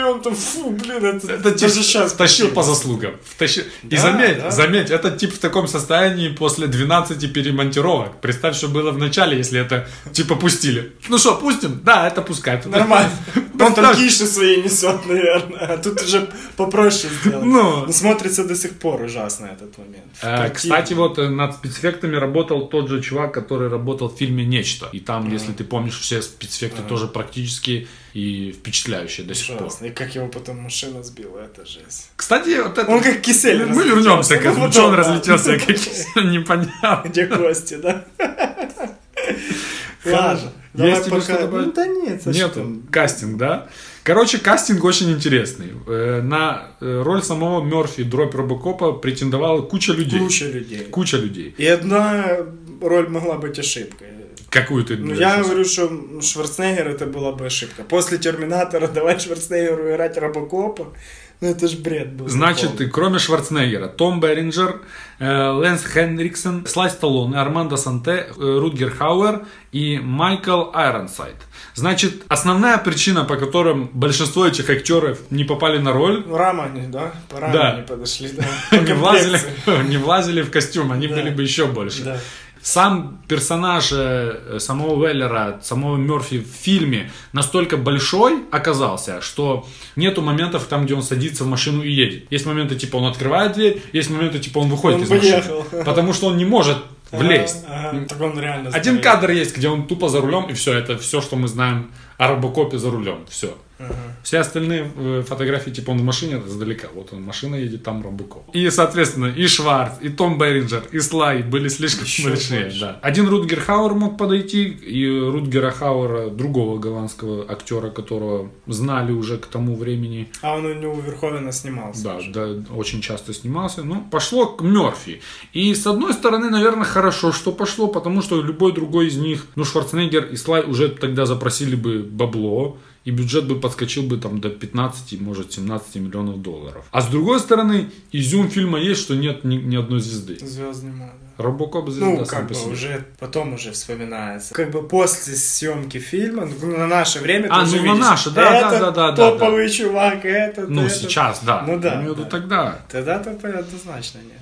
Speaker 10: И Он там, фу, блин, это,
Speaker 9: Это тип
Speaker 10: даже сейчас
Speaker 9: втащил по заслугам. Втащил. И
Speaker 10: Да,
Speaker 9: заметь,
Speaker 10: да.
Speaker 9: заметь, этот тип в таком состоянии после 12 перемонтировок. Представь, что было в начале, если это типа пустили. Ну что, пустим? Да, это пускай.
Speaker 10: Нормально. Он там
Speaker 9: Представь.
Speaker 10: киши свои несет, наверное. А тут уже попроще сделать.
Speaker 9: Ну.
Speaker 10: Но смотрится до сих пор ужасно этот момент.
Speaker 9: Э, Кстати,
Speaker 10: Противно.
Speaker 9: вот э, над спецэффектами работал тот же чувак, который работал в фильме «Нечто». И там, если ты помнишь, все спецэффекты тоже практически и впечатляющие до сих пор.
Speaker 10: Ужасно. И как его потом машина сбила, это жесть.
Speaker 9: Кстати, вот это...
Speaker 10: Он как кисель.
Speaker 9: Мы вернемся к
Speaker 10: разлетелся.
Speaker 9: этому, что он
Speaker 10: Ну, потом,
Speaker 9: разлетелся,
Speaker 10: да.
Speaker 9: как непонятно.
Speaker 10: Где кости, да? Ладно. давай
Speaker 9: Есть тебе
Speaker 10: пока-
Speaker 9: что добавить?
Speaker 10: Ну да нет, а что
Speaker 9: Нету.
Speaker 10: там?
Speaker 9: Кастинг, да? Короче, кастинг очень интересный. Э, На э, роль самого Мерфи, дробь Робокопа, претендовала куча людей.
Speaker 10: Куча людей.
Speaker 9: Куча людей.
Speaker 10: И одна роль могла быть ошибкой.
Speaker 9: Какую ты
Speaker 10: Ну,
Speaker 9: дальше?
Speaker 10: я говорю, что ну, Шварценеггер это была бы ошибка. После Терминатора давать Шварценеггеру играть Робокопа, ну это ж бред был.
Speaker 9: Значит, и кроме Шварценеггера, Том Беринджер, э, Лэнс Хенриксон, Слай Сталлоне, Армандо Санте, э, Рутгер Хауэр и Майкл Айронсайд. Значит, основная причина, по которой большинство этих актеров не попали на роль,
Speaker 10: Ну, рама они, да? По раме
Speaker 9: Да.
Speaker 10: они подошли, да. По
Speaker 9: не влазили,
Speaker 10: комплекции.
Speaker 9: не влазили в костюм, они
Speaker 10: Да.
Speaker 9: были бы еще больше.
Speaker 10: Да.
Speaker 9: Сам персонаж э, самого Веллера, самого Мерфи в фильме настолько большой оказался, что нету моментов там, где он садится в машину и едет. Есть моменты, типа, он открывает дверь, есть моменты, типа, он выходит
Speaker 10: Он
Speaker 9: из машины.
Speaker 10: поехал.
Speaker 9: Потому что он не может влезть.
Speaker 10: Ага, ага, так он реально
Speaker 9: Один
Speaker 10: сгорел.
Speaker 9: кадр есть, где он тупо за рулем, и все, это все, что мы знаем о Робокопе за рулем. Все. Все остальные э, фотографии, типа он в машине это издалека. Вот он, машина едет, там Робокоп. И, соответственно, и Шварц, и Том Беринджер, и Слай были слишком большие. да. Один Рутгер Хауэр мог подойти, и Рутгера Хауэра, другого голландского актера, которого знали уже к тому времени,
Speaker 10: А он у него у Верховена снимался.
Speaker 9: да, да, очень часто снимался. Ну, пошло к Мерфи. И с одной стороны, наверное, хорошо, что пошло, потому что любой другой из них, ну, Шварценеггер и Слай уже тогда запросили бы бабло, и бюджет бы подскочил бы там до 15, может, 17 миллионов долларов. А с другой стороны, изюм фильма есть, что нет ни, ни одной звезды.
Speaker 10: Звезд нема, да.
Speaker 9: Робокоп звезда
Speaker 10: Ну,
Speaker 9: сам
Speaker 10: как
Speaker 9: по
Speaker 10: бы
Speaker 9: себе.
Speaker 10: уже потом уже вспоминается. Как бы после съемки фильма, ну, на наше время, ты
Speaker 9: А,
Speaker 10: уже
Speaker 9: ну, на
Speaker 10: видишь,
Speaker 9: наше, да,
Speaker 10: этот
Speaker 9: да, да, да, да,
Speaker 10: топовый чувак, этот,
Speaker 9: Ну,
Speaker 10: этот.
Speaker 9: сейчас, да.
Speaker 10: Ну, да,
Speaker 9: Я имею в виду
Speaker 10: да.
Speaker 9: тогда.
Speaker 10: Тогда-то однозначно нет.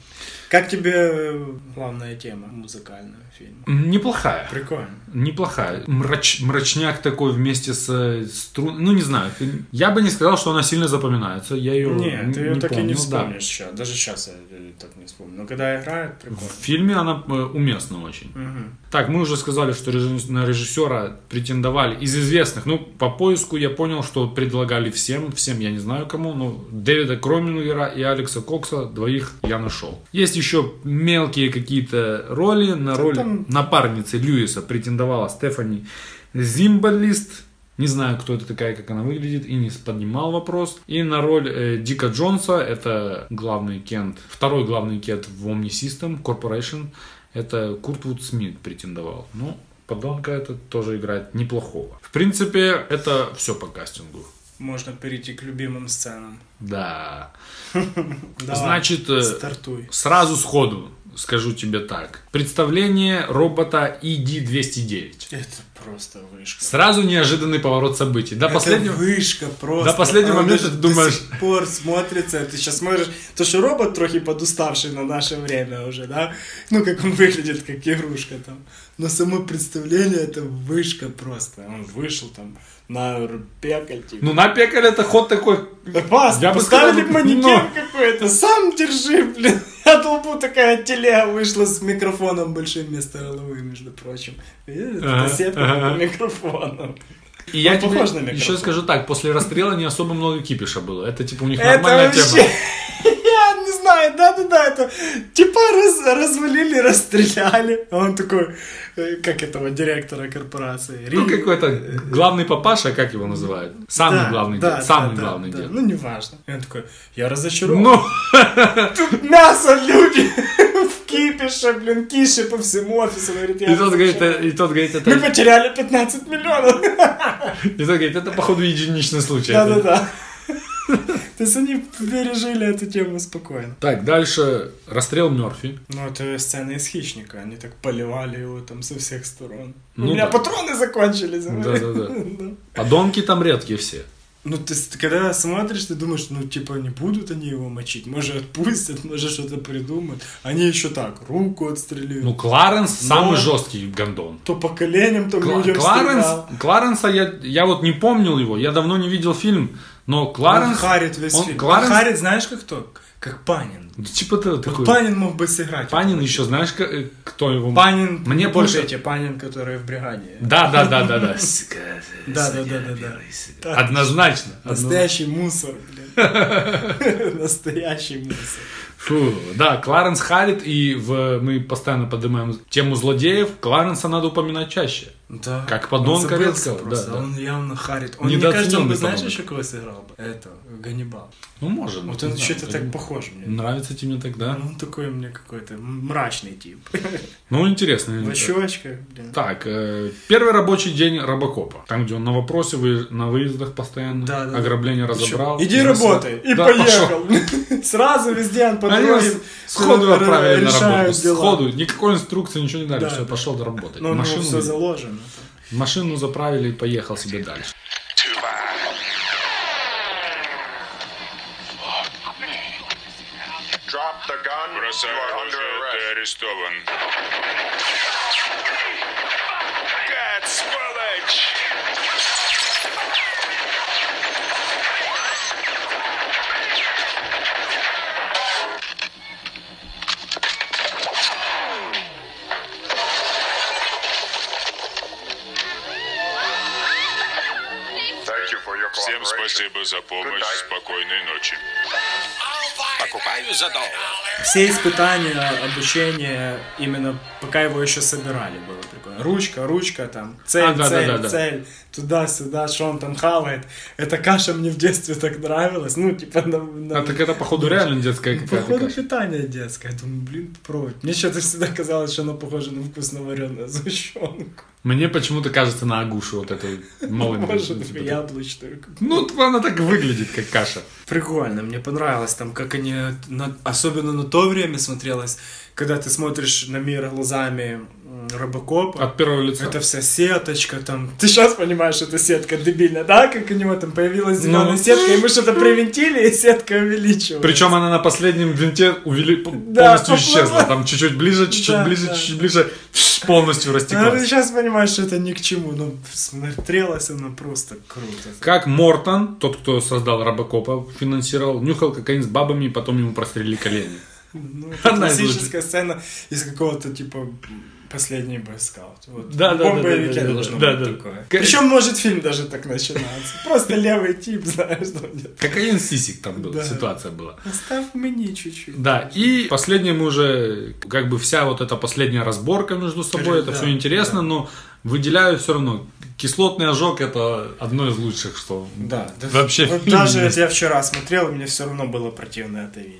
Speaker 10: Как тебе э, главная тема музыкального фильма?
Speaker 9: М, Неплохая.
Speaker 10: Прикольно.
Speaker 9: Неплохая. Мрач, мрачняк такой вместе с э, струн... Ну, не знаю. фильм- Я бы не сказал, что она сильно запоминается. Я ее
Speaker 10: Нет, ты ее так и не
Speaker 9: помню, да.
Speaker 10: вспомнишь сейчас. Даже сейчас я э, так не вспомню. Но когда играет, прикольно.
Speaker 9: В фильме она э, уместна очень.
Speaker 10: Мгм.
Speaker 9: Так, мы уже сказали, что режи- на режиссера претендовали из известных. Ну, по поиску я понял, что предлагали всем, всем я не знаю кому, но Дэвида Кромингера и Алекса Кокса двоих я нашел. Есть еще мелкие какие-то роли. На роль
Speaker 10: там-
Speaker 9: напарницы Льюиса претендовала Стефани Зимбалист. Не знаю, кто это такая, как она выглядит, и не поднимал вопрос. И на роль э, Дика Джонса, это главный Кент, второй главный Кент в Omni System Corporation, это Куртвуд Смит претендовал. Ну, подонка этот тоже играет неплохого. В принципе, это все по кастингу.
Speaker 10: Можно перейти к любимым сценам.
Speaker 9: Да.
Speaker 10: Давай,
Speaker 9: Значит, э,
Speaker 10: стартуй.
Speaker 9: сразу сходу скажу тебе так. Представление робота ED-209.
Speaker 10: Это просто вышка.
Speaker 9: Сразу неожиданный поворот событий. До
Speaker 10: Это
Speaker 9: последнего...
Speaker 10: вышка просто.
Speaker 9: До последнего
Speaker 10: Он
Speaker 9: момента
Speaker 10: даже
Speaker 9: ты думаешь-
Speaker 10: До сих пор смотрится, ты сейчас смотришь... То, что робот трохи подуставший на наше время уже, да? Ну, как он выглядит, как игрушка там. Но само представление, это вышка просто. Он вышел там на пекаль, типа.
Speaker 9: Ну, на пекарь это ход такой...
Speaker 10: Вас
Speaker 9: Я бы
Speaker 10: поставили
Speaker 9: сказал, ну,
Speaker 10: манекен
Speaker 9: но-
Speaker 10: какой-то, сам держи, блин. А толпу такая телега вышла с микрофоном большим вместо головы, между прочим. Видели?
Speaker 9: Ага,
Speaker 10: Кассетка
Speaker 9: ага.
Speaker 10: по микрофону.
Speaker 9: И я
Speaker 10: Он
Speaker 9: тебе
Speaker 10: похож на микрофон.
Speaker 9: еще скажу так, после расстрела не особо много кипиша было. Это типа у них
Speaker 10: Это
Speaker 9: нормальная
Speaker 10: вообще...
Speaker 9: тема.
Speaker 10: Я не знаю, да-да-да, это типа раз- развалили, расстреляли. А он такой, э, как этого директора корпорации.
Speaker 9: Ну,
Speaker 10: Ри-
Speaker 9: какой-то главный папаша, как его называют? Самый
Speaker 10: Да,
Speaker 9: главный
Speaker 10: да,
Speaker 9: дед.
Speaker 10: да,
Speaker 9: самый
Speaker 10: да,
Speaker 9: главный
Speaker 10: да.
Speaker 9: дед.
Speaker 10: Ну, неважно. И он такой, я разочарован.
Speaker 9: Ну,
Speaker 10: Мясо люди в кипише, блин, киши по всему офису. Говорит, я
Speaker 9: и тот говорит, э, и тот говорит,
Speaker 10: Мы
Speaker 9: это,
Speaker 10: потеряли 15 миллионов.
Speaker 9: и тот говорит, это походу единичный случай.
Speaker 10: Да-да-да. То есть они пережили эту тему спокойно.
Speaker 9: Так, дальше расстрел Мерфи.
Speaker 10: Ну, это сцена из «Хищника». Они так поливали его там со всех сторон.
Speaker 9: Ну
Speaker 10: У меня
Speaker 9: да.
Speaker 10: патроны закончились.
Speaker 9: Да-да-да. Подонки там редкие все.
Speaker 10: Ну, ты с- когда смотришь, ты думаешь, ну, типа, не будут они его мочить. Может, отпустят, может, что-то придумают. Они еще так, руку отстрелили.
Speaker 9: Ну, Кларенс
Speaker 10: Но-
Speaker 9: самый жесткий гондон.
Speaker 10: то по коленям, то
Speaker 9: Кла-
Speaker 10: людям
Speaker 9: Кларенс,
Speaker 10: стрелял.
Speaker 9: Кларенса я, я вот не помнил его, я давно не видел фильм, но Кларенс...
Speaker 10: Он харит весь
Speaker 9: он-
Speaker 10: фильм.
Speaker 9: Кларенс-
Speaker 10: Он харит, знаешь, как кто? Как Панин.
Speaker 9: Да Типа ты
Speaker 10: Вот
Speaker 9: такой...
Speaker 10: Панин мог бы сыграть.
Speaker 9: Панин еще, знаешь, к- э, кто его...
Speaker 10: Панин.
Speaker 9: Мне
Speaker 10: не
Speaker 9: больше-
Speaker 10: путайте, Панин, который в бригаде.
Speaker 9: Да, да, да, да, да.
Speaker 10: Да, да, да, да, да. Так,
Speaker 9: Однозначно. однозначно.
Speaker 10: Настоящий мусор, блин. Настоящий мусор.
Speaker 9: Фу, да, Кларенс Харит, и в- мы постоянно поднимаем тему злодеев. Кларенса надо упоминать чаще.
Speaker 10: Да.
Speaker 9: Как подонка
Speaker 10: Он забылся
Speaker 9: редкого, да,
Speaker 10: просто,
Speaker 9: да.
Speaker 10: Он явно харит. Он, мне
Speaker 9: Недооцененный
Speaker 10: кажется, он бы, знаешь,
Speaker 9: подонок.
Speaker 10: еще кого сыграл бы? Это, Ганнибал.
Speaker 9: Ну, может.
Speaker 10: Вот
Speaker 9: не
Speaker 10: он
Speaker 9: знаю,
Speaker 10: что-то
Speaker 9: как
Speaker 10: так
Speaker 9: бы.
Speaker 10: похож Ну. мне.
Speaker 9: Нравится тебе тогда?
Speaker 10: Он такой мне какой-то мрачный тип.
Speaker 9: Ну, интересно.
Speaker 10: В очочках, блин.
Speaker 9: Так, э, первый рабочий день Робокопа. Там, где он на вопросе, вы- на выездах постоянно.
Speaker 10: Да, да, да.
Speaker 9: ограбление разобрал.
Speaker 10: Иди
Speaker 9: Бросал.
Speaker 10: работай. И
Speaker 9: Да,
Speaker 10: поехал. Сразу везде он
Speaker 9: Они вас
Speaker 10: подрос.
Speaker 9: сходу отправили на работу.
Speaker 10: решают дела.
Speaker 9: Сходу. Никакой инструкции ничего не дали.
Speaker 10: Да,
Speaker 9: все,
Speaker 10: да.
Speaker 9: пошел доработать.
Speaker 10: Ну, у него
Speaker 9: машину,
Speaker 10: все заложено.
Speaker 9: машину заправили и поехал себе дальше.
Speaker 8: Бросай оружие, ты арестован. Гад, сволочь! Всем спасибо за помощь. Спокойной ночи.
Speaker 2: Покупаю за доллар.
Speaker 10: Все испытания, обучение, именно пока его еще собирали, было прикольно. Ручка, ручка, там, цель,
Speaker 9: А, да, да,
Speaker 10: цель,
Speaker 9: да, да.
Speaker 10: цель, туда-сюда, что он там хавает. Эта каша мне в детстве так нравилась, ну, типа... На, на- ну,
Speaker 9: А так это, походу, реально детская какая-то
Speaker 10: Походу,
Speaker 9: каша.
Speaker 10: питание детское. Я думаю, блин, попробовать. Мне что-то всегда казалось, что оно похоже на вкусно вареную сгущенку.
Speaker 9: Мне почему-то кажется на Агушу вот эту малым.
Speaker 10: Может быть, яблочную.
Speaker 9: Ну, т- она так выглядит, как каша.
Speaker 10: Прикольно, мне понравилось там, как они, на- особенно на то время смотрелось, когда ты смотришь на мир глазами м, Робокопа.
Speaker 9: От первого лица.
Speaker 10: Это вся сеточка там. Ты сейчас понимаешь, что это сетка дебильная, да? Как у него там появилась зеленая
Speaker 9: Ну.
Speaker 10: сетка, и мы что-то привинтили, и сетка увеличивалась.
Speaker 9: Причем она на последнем винте увели... п-
Speaker 10: Да,
Speaker 9: полностью
Speaker 10: поплыла.
Speaker 9: исчезла. Там чуть-чуть ближе, чуть-чуть
Speaker 10: Да,
Speaker 9: ближе,
Speaker 10: да.
Speaker 9: чуть-чуть ближе. Полностью
Speaker 10: Ну,
Speaker 9: растеклась.
Speaker 10: ты сейчас понимаешь, что это ни к чему, но смотрелась она просто круто.
Speaker 9: Как Мортон, тот, кто создал Робокопа, финансировал, нюхал кокаин с бабами, и потом ему прострелили колени.
Speaker 10: Ну, это
Speaker 9: Одна из
Speaker 10: классическая сцена из какого-то типа последний бойскаут. Вот.
Speaker 9: Да,
Speaker 10: В
Speaker 9: да, да,
Speaker 10: любом
Speaker 9: да,
Speaker 10: боевике
Speaker 9: да, да,
Speaker 10: должно
Speaker 9: да,
Speaker 10: быть
Speaker 9: да.
Speaker 10: такое.
Speaker 9: К-
Speaker 10: Причем может фильм даже так начинаться. Просто левый тип, знаешь, что нет.
Speaker 9: Кокаин сисик там был,
Speaker 10: Да.
Speaker 9: ситуация была.
Speaker 10: Оставь мне чуть-чуть.
Speaker 9: Да, и последнее мы уже, как бы вся вот эта последняя разборка между собой, это
Speaker 10: Да,
Speaker 9: все интересно, но выделяю все равно. Кислотный ожог это одно из лучших, что
Speaker 10: Да, да.
Speaker 9: вообще
Speaker 10: Вот
Speaker 9: в фильме
Speaker 10: даже
Speaker 9: есть.
Speaker 10: я вчера смотрел, и мне все равно было противно это видеть.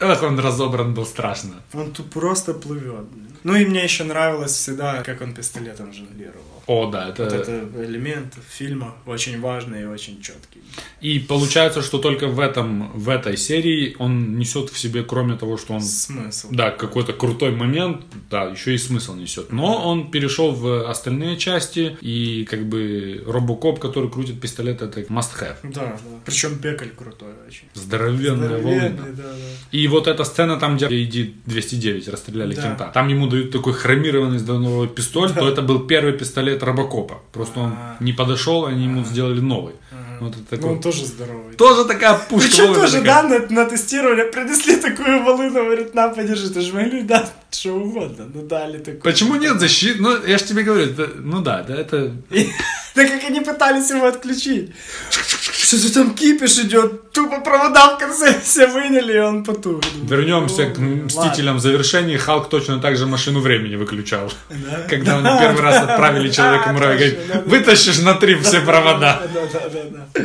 Speaker 9: Эх, он разобран был страшно.
Speaker 10: Он тут просто плывет. Ну и мне еще нравилось всегда, как он пистолетом жонглировал.
Speaker 9: О, да, это...
Speaker 10: Вот это элемент фильма очень важный и очень четкий.
Speaker 9: И получается, что только в этом, в этой серии он несет в себе, кроме того, что он
Speaker 10: Смысл.
Speaker 9: Да, какой-то крутой момент, да, еще и смысл несет. Но он перешел в остальные части, и как бы робокоп, который крутит пистолет, это must-have.
Speaker 10: Да, да. Причем Бекаль крутой очень.
Speaker 9: Здоровенная волна.
Speaker 10: Здоровенный, да, да.
Speaker 9: И вот эта сцена там, где AD-209 расстреляли
Speaker 10: Да.
Speaker 9: кента, там ему дают такой хромированный здоровый пистоль, то это был первый пистолет робокопа. Просто он
Speaker 10: А.
Speaker 9: не подошел, они ему сделали новый. Вот это
Speaker 10: Ну,
Speaker 9: такой...
Speaker 10: он тоже здоровый.
Speaker 9: Тоже такая пушка.
Speaker 10: Причем
Speaker 9: Вовремя
Speaker 10: тоже,
Speaker 9: такая.
Speaker 10: да, на- натестировали, принесли такую волыну, говорит, на, подержи, ты же могли дать что угодно, ну дали такую.
Speaker 9: Почему нет защиты? Ну, я же тебе говорю, это- ну да, да, это
Speaker 10: Да как они пытались его отключить. Что-то там кипиш идет, тупо провода в конце все выняли, и он потух.
Speaker 9: Вернемся
Speaker 10: Ну,
Speaker 9: к
Speaker 10: ладно.
Speaker 9: Мстителям в завершении. Халк точно так же машину времени выключал. Когда он первый раз отправили
Speaker 10: да,
Speaker 9: человека муравья,
Speaker 10: точно, да,
Speaker 9: говорит,
Speaker 10: да.
Speaker 9: вытащишь на три все провода.
Speaker 10: Да, да, да, да, да.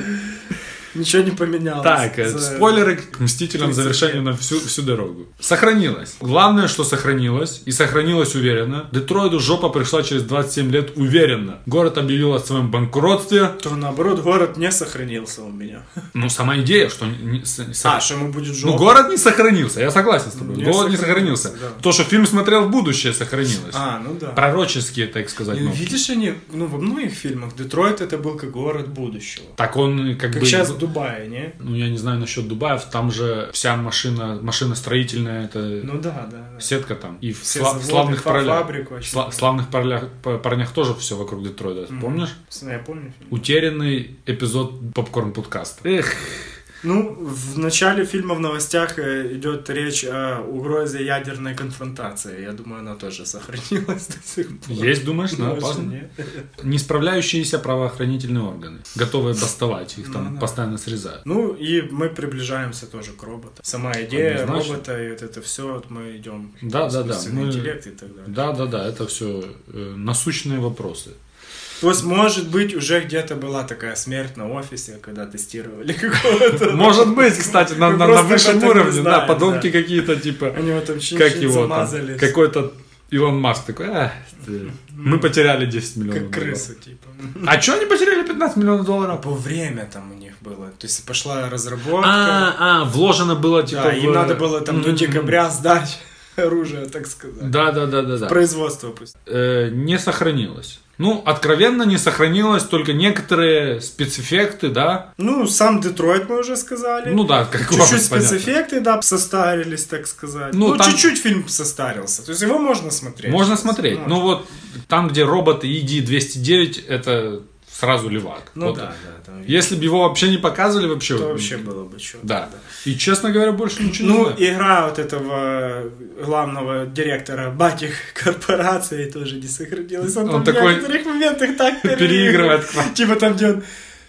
Speaker 10: Ничего не поменялось.
Speaker 9: Так, э,
Speaker 10: За-
Speaker 9: спойлеры к Мстителям в завершении на всю, всю дорогу. Сохранилось. Главное, что сохранилось, и сохранилось уверенно. Детройду жопа пришла через 27 лет уверенно. Город объявил о своем банкротстве.
Speaker 10: То наоборот, город не сохранился у меня.
Speaker 9: Ну, сама идея, что... не- с- с-
Speaker 10: А, что ему будет
Speaker 9: Ну,
Speaker 10: жопа.
Speaker 9: город не сохранился, я согласен с тобой.
Speaker 10: Не
Speaker 9: город не
Speaker 10: сохранился,
Speaker 9: сохранился.
Speaker 10: да.
Speaker 9: То, что фильм смотрел в будущее, сохранилось.
Speaker 10: А, ну да.
Speaker 9: пророческие, так сказать.
Speaker 10: Ну,
Speaker 9: ну.
Speaker 10: видишь, они, ну, во многих фильмах Детройт это был как город будущего.
Speaker 9: Так он как,
Speaker 10: Как
Speaker 9: бы...
Speaker 10: сейчас Дубай, не?
Speaker 9: Ну, я не знаю насчет Дубаев, там же вся машина, машина строительная, это
Speaker 10: Ну да, да. да.
Speaker 9: сетка там. И в,
Speaker 10: Все
Speaker 9: сла- в
Speaker 10: заводы,
Speaker 9: славных
Speaker 10: фа-
Speaker 9: парнях.
Speaker 10: фабрик вообще.
Speaker 9: славных парнях, п- парнях тоже все вокруг Детройда, помнишь?
Speaker 10: Я помню фильм.
Speaker 9: Утерянный эпизод попкорн подкаста. Эх,
Speaker 10: Ну, в начале фильма в новостях э, идет речь о угрозе ядерной конфронтации. Я думаю, она тоже сохранилась до сих пор.
Speaker 9: есть, думаешь, да,
Speaker 10: Даже
Speaker 9: опасно.
Speaker 10: нет.
Speaker 9: Не справляющиеся правоохранительные органы, готовые бастовать, их там
Speaker 10: Ну да.
Speaker 9: постоянно срезают.
Speaker 10: Ну и мы приближаемся тоже к роботу. Сама идея
Speaker 9: Однозначно.
Speaker 10: робота и вот это все, вот мы идем.
Speaker 9: Да, да, да,
Speaker 10: Искусственный
Speaker 9: мы-
Speaker 10: интеллект и так далее.
Speaker 9: Да, да, да, это все э, насущные вопросы.
Speaker 10: Пусть, может быть, уже где-то была такая смерть на офисе, когда тестировали какого-то.
Speaker 9: Может быть, кстати, на,
Speaker 10: Мы
Speaker 9: на, на
Speaker 10: просто
Speaker 9: высшем
Speaker 10: это не
Speaker 9: уровне, да,
Speaker 10: знаем,
Speaker 9: подонки
Speaker 10: да.
Speaker 9: какие-то, типа,
Speaker 10: Они вот там чин
Speaker 9: как его там,
Speaker 10: замазались.
Speaker 9: какой-то Илон Маск такой, «А, ты, мы потеряли 10 миллионов
Speaker 10: Как крысы, типа. Ну, а
Speaker 9: долларов». А что они потеряли 15 миллионов долларов?
Speaker 10: По время там у них было. То есть пошла разработка.
Speaker 9: А, а, вложено было, типа,
Speaker 10: Да, им
Speaker 9: в-
Speaker 10: надо было там до
Speaker 9: М-м-м.
Speaker 10: декабря сдать оружие, так сказать.
Speaker 9: Да, да, да, да, да.
Speaker 10: Производство пусть.
Speaker 9: Э, не сохранилось. Ну, откровенно не сохранилось, только некоторые спецэффекты, да.
Speaker 10: Ну, сам Детройт мы уже сказали.
Speaker 9: Ну да, как вам
Speaker 10: Чуть-чуть
Speaker 9: понятно.
Speaker 10: спецэффекты, да, состарились, так сказать.
Speaker 9: Ну,
Speaker 10: Ну,
Speaker 9: там-
Speaker 10: чуть-чуть фильм состарился. То есть его можно смотреть.
Speaker 9: Можно
Speaker 10: сейчас.
Speaker 9: смотреть.
Speaker 10: Ну,
Speaker 9: Ну вот там, где роботы ED-209, это сразу левак.
Speaker 10: ну
Speaker 9: Вот.
Speaker 10: да, да. Там видно,
Speaker 9: Если бы его вообще не показывали, вообще...
Speaker 10: то вообще было бы что.
Speaker 9: Да. И, честно говоря, больше ничего не
Speaker 10: Ну,
Speaker 9: знаю.
Speaker 10: игра вот этого главного директора Батих корпорации тоже не сохранилась. Он, там
Speaker 9: Он такой
Speaker 10: в некоторых моментах так
Speaker 9: переигрывает.
Speaker 10: переигрывает. Типа там, где он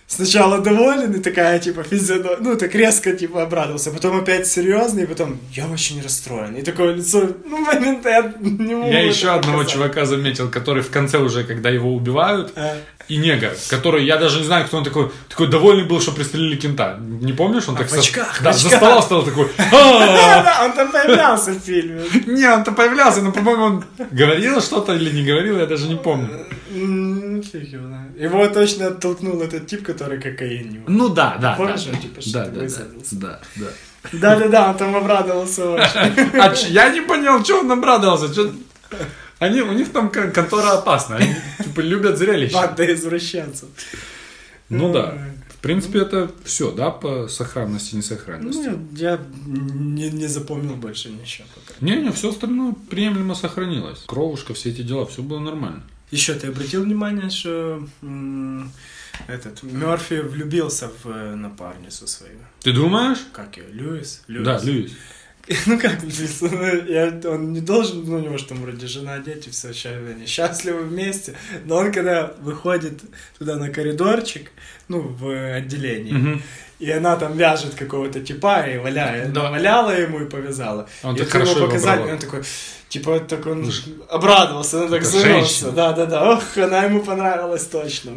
Speaker 10: сначала доволен и такая, типа, физиономия, ну, так резко, типа, обрадовался. Потом опять серьезный, и потом, я очень расстроен. И такое лицо, ну, момент, я не могу
Speaker 9: Я
Speaker 10: это
Speaker 9: еще одного
Speaker 10: показать».
Speaker 9: чувака заметил, который в конце уже, когда его убивают,
Speaker 10: А.
Speaker 9: и негр, который, я даже не знаю, кто он такой, такой довольный был, что пристрелили кента. Не помнишь, он так
Speaker 10: в
Speaker 9: со-
Speaker 10: очках,
Speaker 9: да,
Speaker 10: в
Speaker 9: за
Speaker 10: очках.
Speaker 9: стола встал такой. «А!» «А-а-а».
Speaker 10: Да-да, он там появлялся в фильме.
Speaker 9: Не, он-то появлялся, но, по-моему, он говорил что-то или не говорил, я даже не помню.
Speaker 10: М, фиг его знает. Его точно оттолкнул этот тип, который кокаин не
Speaker 9: Ну да, да.
Speaker 10: Помнишь,
Speaker 9: да.
Speaker 10: он, типа,
Speaker 9: да,
Speaker 10: что-то
Speaker 9: да, да,
Speaker 10: высадился?
Speaker 9: да, да.
Speaker 10: Да-да-да, он там обрадовался очень.
Speaker 9: А ч- я не понял, что он обрадовался. чё- Они, у них там кон- контора опасна. Они типа любят зрелище.
Speaker 10: Банда извращенцев.
Speaker 9: Ну да. В принципе, это все, да, по сохранности, несохранности.
Speaker 10: Ну, я не, не запомнил больше ничего пока.
Speaker 9: Не-не, все остальное приемлемо сохранилось. Кровушка, все эти дела, все было нормально.
Speaker 10: Еще ты обратил внимание, что м, этот Мерфи влюбился в э, напарницу свою.
Speaker 9: Ты думаешь?
Speaker 10: Как ее? Льюис? Льюис.
Speaker 9: Да, Льюис.
Speaker 10: Ну как Льюис? Ну, я- он не должен, ну у него же там вроде жена, дети, все, они счастливы вместе. Но он когда выходит туда на коридорчик, ну в э, отделении,
Speaker 9: Мгм.
Speaker 10: И она там вяжет какого-то типа и валяет.
Speaker 9: Да.
Speaker 10: Валяла ему и повязала.
Speaker 9: Он
Speaker 10: и
Speaker 9: так
Speaker 10: вот ему
Speaker 9: хорошо его
Speaker 10: показали,
Speaker 9: оборвал.
Speaker 10: и он такой, типа, так он обрадовался, он так
Speaker 9: Это
Speaker 10: завелся.
Speaker 9: женщина.
Speaker 10: Да, да, да. Ох, она ему понравилась точно.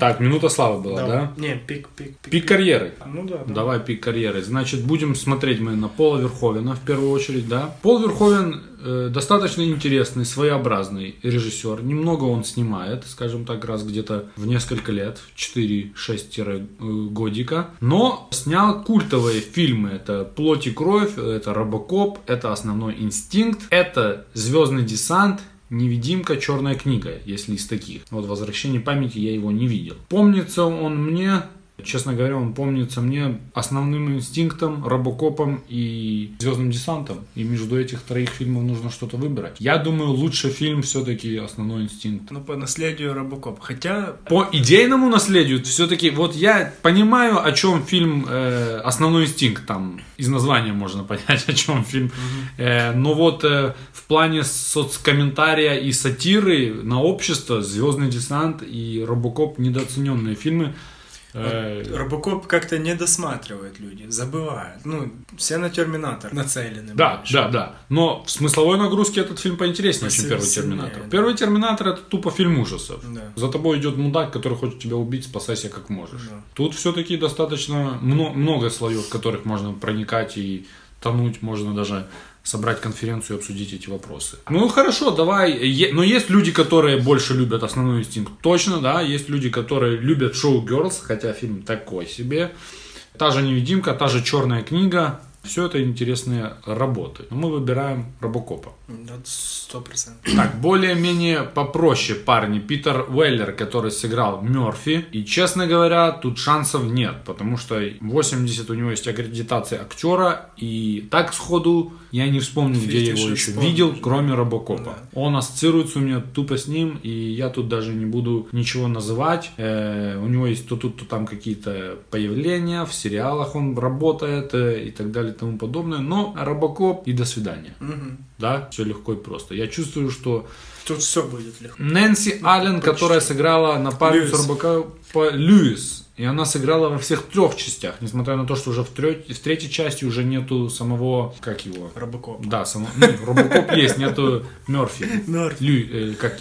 Speaker 9: Так, минута славы была, да?
Speaker 10: Не, пик, пик, пик.
Speaker 9: Пик карьеры.
Speaker 10: Ну да, да.
Speaker 9: Давай пик карьеры. Значит, будем смотреть мы на Пола Верховена в первую очередь, да. Пол Верховен э, достаточно интересный, своеобразный режиссер. Немного он снимает, скажем так, раз где-то в несколько лет, в 4-6 годика. Но снял культовые фильмы. Это «Плоть и кровь», это «Робокоп», это «Основной инстинкт», это «Звездный десант», Невидимка, черная книга, если из таких. Вот возвращение памяти я его не видел. Помнится он мне Честно говоря, он помнится мне основным инстинктом, робокопом и звездным десантом. И между этих троих фильмов нужно что-то выбирать. Я думаю, лучший фильм все-таки основной инстинкт.
Speaker 10: Ну, по наследию Робокоп. Хотя,
Speaker 9: По идейному наследию, все-таки, вот я понимаю, о чем фильм э, Основной инстинкт там из названия можно понять, о чем фильм. Э, но вот э, в плане соцкомментария и сатиры на общество Звездный десант и Робокоп недооцененные фильмы. Э,
Speaker 10: Робокоп как-то не досматривают люди, забывают. Ну, все на Терминатор нацелены.
Speaker 9: Да,
Speaker 10: больше.
Speaker 9: да, да. Но в смысловой нагрузке этот фильм поинтереснее, чем
Speaker 10: Сильнее,
Speaker 9: первый Терминатор.
Speaker 10: да.
Speaker 9: Первый Терминатор это тупо фильм ужасов.
Speaker 10: Да.
Speaker 9: За тобой идет мудак, который хочет тебя убить, спасайся как можешь.
Speaker 10: Да.
Speaker 9: Тут все-таки достаточно мно- много слоев, в которых можно проникать и тонуть, можно даже собрать конференцию и обсудить эти вопросы. Ну хорошо, давай. Е- Но есть люди, которые больше любят основной инстинкт. Точно, да. Есть люди, которые любят шоу Girls, хотя фильм такой себе. Та же невидимка, та же черная книга. Все это интересные работы. Но мы выбираем Робокопа.
Speaker 10: Да, сто процентов.
Speaker 9: Так, более-менее попроще парни. Питер Уэллер, который сыграл Мерфи. И, честно говоря, тут шансов нет, потому что 80 у него есть аккредитация актера. И так сходу я не вспомню, где я
Speaker 10: Фифти
Speaker 9: его
Speaker 10: же
Speaker 9: еще
Speaker 10: вспомнишь,
Speaker 9: видел,
Speaker 10: да.
Speaker 9: кроме Робокопа.
Speaker 10: Да.
Speaker 9: Он ассоциируется у меня тупо с ним, и я тут даже не буду ничего называть. Э, у него есть то тут, то там какие-то появления, в сериалах он работает э, и так далее и тому подобное. Но Робокоп и до свидания. Да, все легко и просто. Я чувствую, что
Speaker 10: Тут все будет легко.
Speaker 9: Нэнси Аллен,
Speaker 10: Ну, почти.
Speaker 9: которая сыграла напарницу
Speaker 10: Льюис.
Speaker 9: Робокопа Льюис, и она сыграла во всех трех частях, несмотря на то, что уже в, трё- в третьей части уже нету самого, как его,
Speaker 10: Робокоп.
Speaker 9: да, само... ну, Робокоп есть, нету Мерфи.
Speaker 10: Мерфи.
Speaker 9: Лю... э, Как...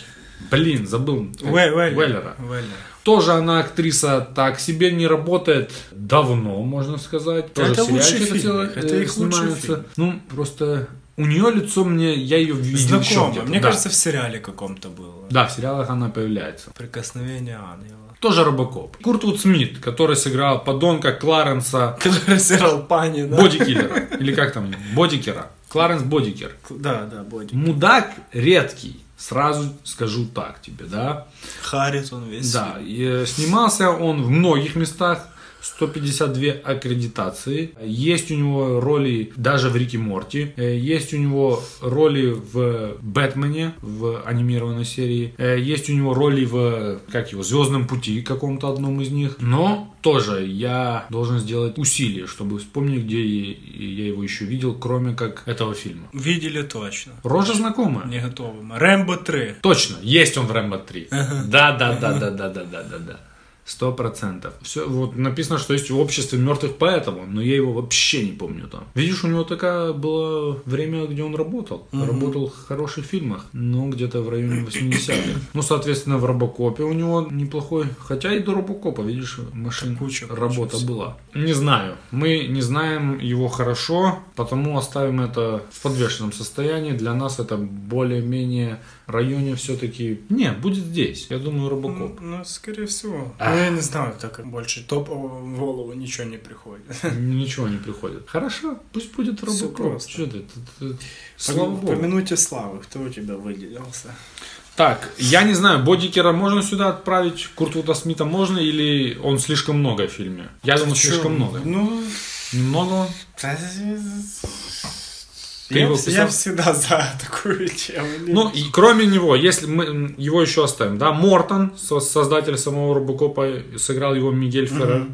Speaker 9: Блин, забыл. как-
Speaker 10: Уэ- Уэллер.
Speaker 9: Уэллера.
Speaker 10: Уэллер.
Speaker 9: Тоже она актриса так себе не работает давно, можно сказать. Тоже
Speaker 10: Это
Speaker 9: в сериальчиках
Speaker 10: лучшие фильмы,
Speaker 9: сняла-
Speaker 10: это
Speaker 9: э,
Speaker 10: их лучшие
Speaker 9: снимается.
Speaker 10: фильмы.
Speaker 9: Ну, просто у нее лицо мне, я ее видел еще
Speaker 10: Знакомо.
Speaker 9: где-то,
Speaker 10: Мне
Speaker 9: да.
Speaker 10: кажется, в сериале каком-то было.
Speaker 9: Да, в сериалах она появляется.
Speaker 10: Прикосновение ангела.
Speaker 9: Тоже Робокоп. Куртвуд Смит, который сыграл подонка Кларенса
Speaker 10: Который сыграл Пани, да?
Speaker 9: Бодикиллера. Или как там? Бодикера. Кларенс Бодикер.
Speaker 10: Да, да, Боди.
Speaker 9: Мудак редкий. Сразу скажу так тебе, да?
Speaker 10: Харрис он весь.
Speaker 9: Да, и, э, снимался он в многих местах. 152 аккредитации. Есть у него роли даже в Рике Морти. Э, Есть у него роли в Бэтмене, в анимированной серии. Э, Есть у него роли в, как его, Звездном пути, каком-то одном из них. Но тоже я должен сделать усилие, чтобы вспомнить, где и- и я его еще видел, кроме как этого фильма.
Speaker 10: Видели точно.
Speaker 9: Рожа знакомая?
Speaker 10: Не готовы. Рэмбо 3.
Speaker 9: Точно, есть он в Рэмбо 3. Да, да, да, да, да, да, да, да, да. Сто процентов. Все, вот написано, что есть в обществе мертвых поэтов, но я его вообще не помню там. Видишь, у него такое было время, где он работал. Работал в хороших фильмах, ну, где-то в районе 80-х. Ну, соответственно, в Робокопе у него неплохой, хотя и до Робокопа, видишь, машин
Speaker 10: Куча, куча
Speaker 9: работа
Speaker 10: всего.
Speaker 9: была. Не знаю. Мы не знаем его хорошо, потому оставим это в подвешенном состоянии. Для нас это более-менее районе все-таки... Не, будет здесь. Я думаю, Робокоп.
Speaker 10: Ну, скорее всего.
Speaker 9: А.
Speaker 10: Ну, я не знаю, так как больше топового в голову ничего не приходит.
Speaker 9: Ничего не приходит. Хорошо, пусть будет
Speaker 10: Всё
Speaker 9: Робокоп.
Speaker 10: просто.
Speaker 9: Чё ты? ты- ты- Слава
Speaker 10: По- По
Speaker 9: богу.
Speaker 10: минуте славы, кто у тебя выделялся?
Speaker 9: Так, я не знаю, Бодикера можно сюда отправить, Куртвуда Смита можно или он слишком много в фильме? Я думаю,
Speaker 10: Чё,
Speaker 9: слишком много.
Speaker 10: Ну,
Speaker 9: Немного?
Speaker 10: да,
Speaker 9: Ты
Speaker 10: я,
Speaker 9: его
Speaker 10: вс-
Speaker 9: писал?
Speaker 10: я всегда за такую тему.
Speaker 9: Ну, и кроме него, если мы м, его еще оставим, да, Мортон, со- создатель самого Робокопа, сыграл его Мигель Феррер.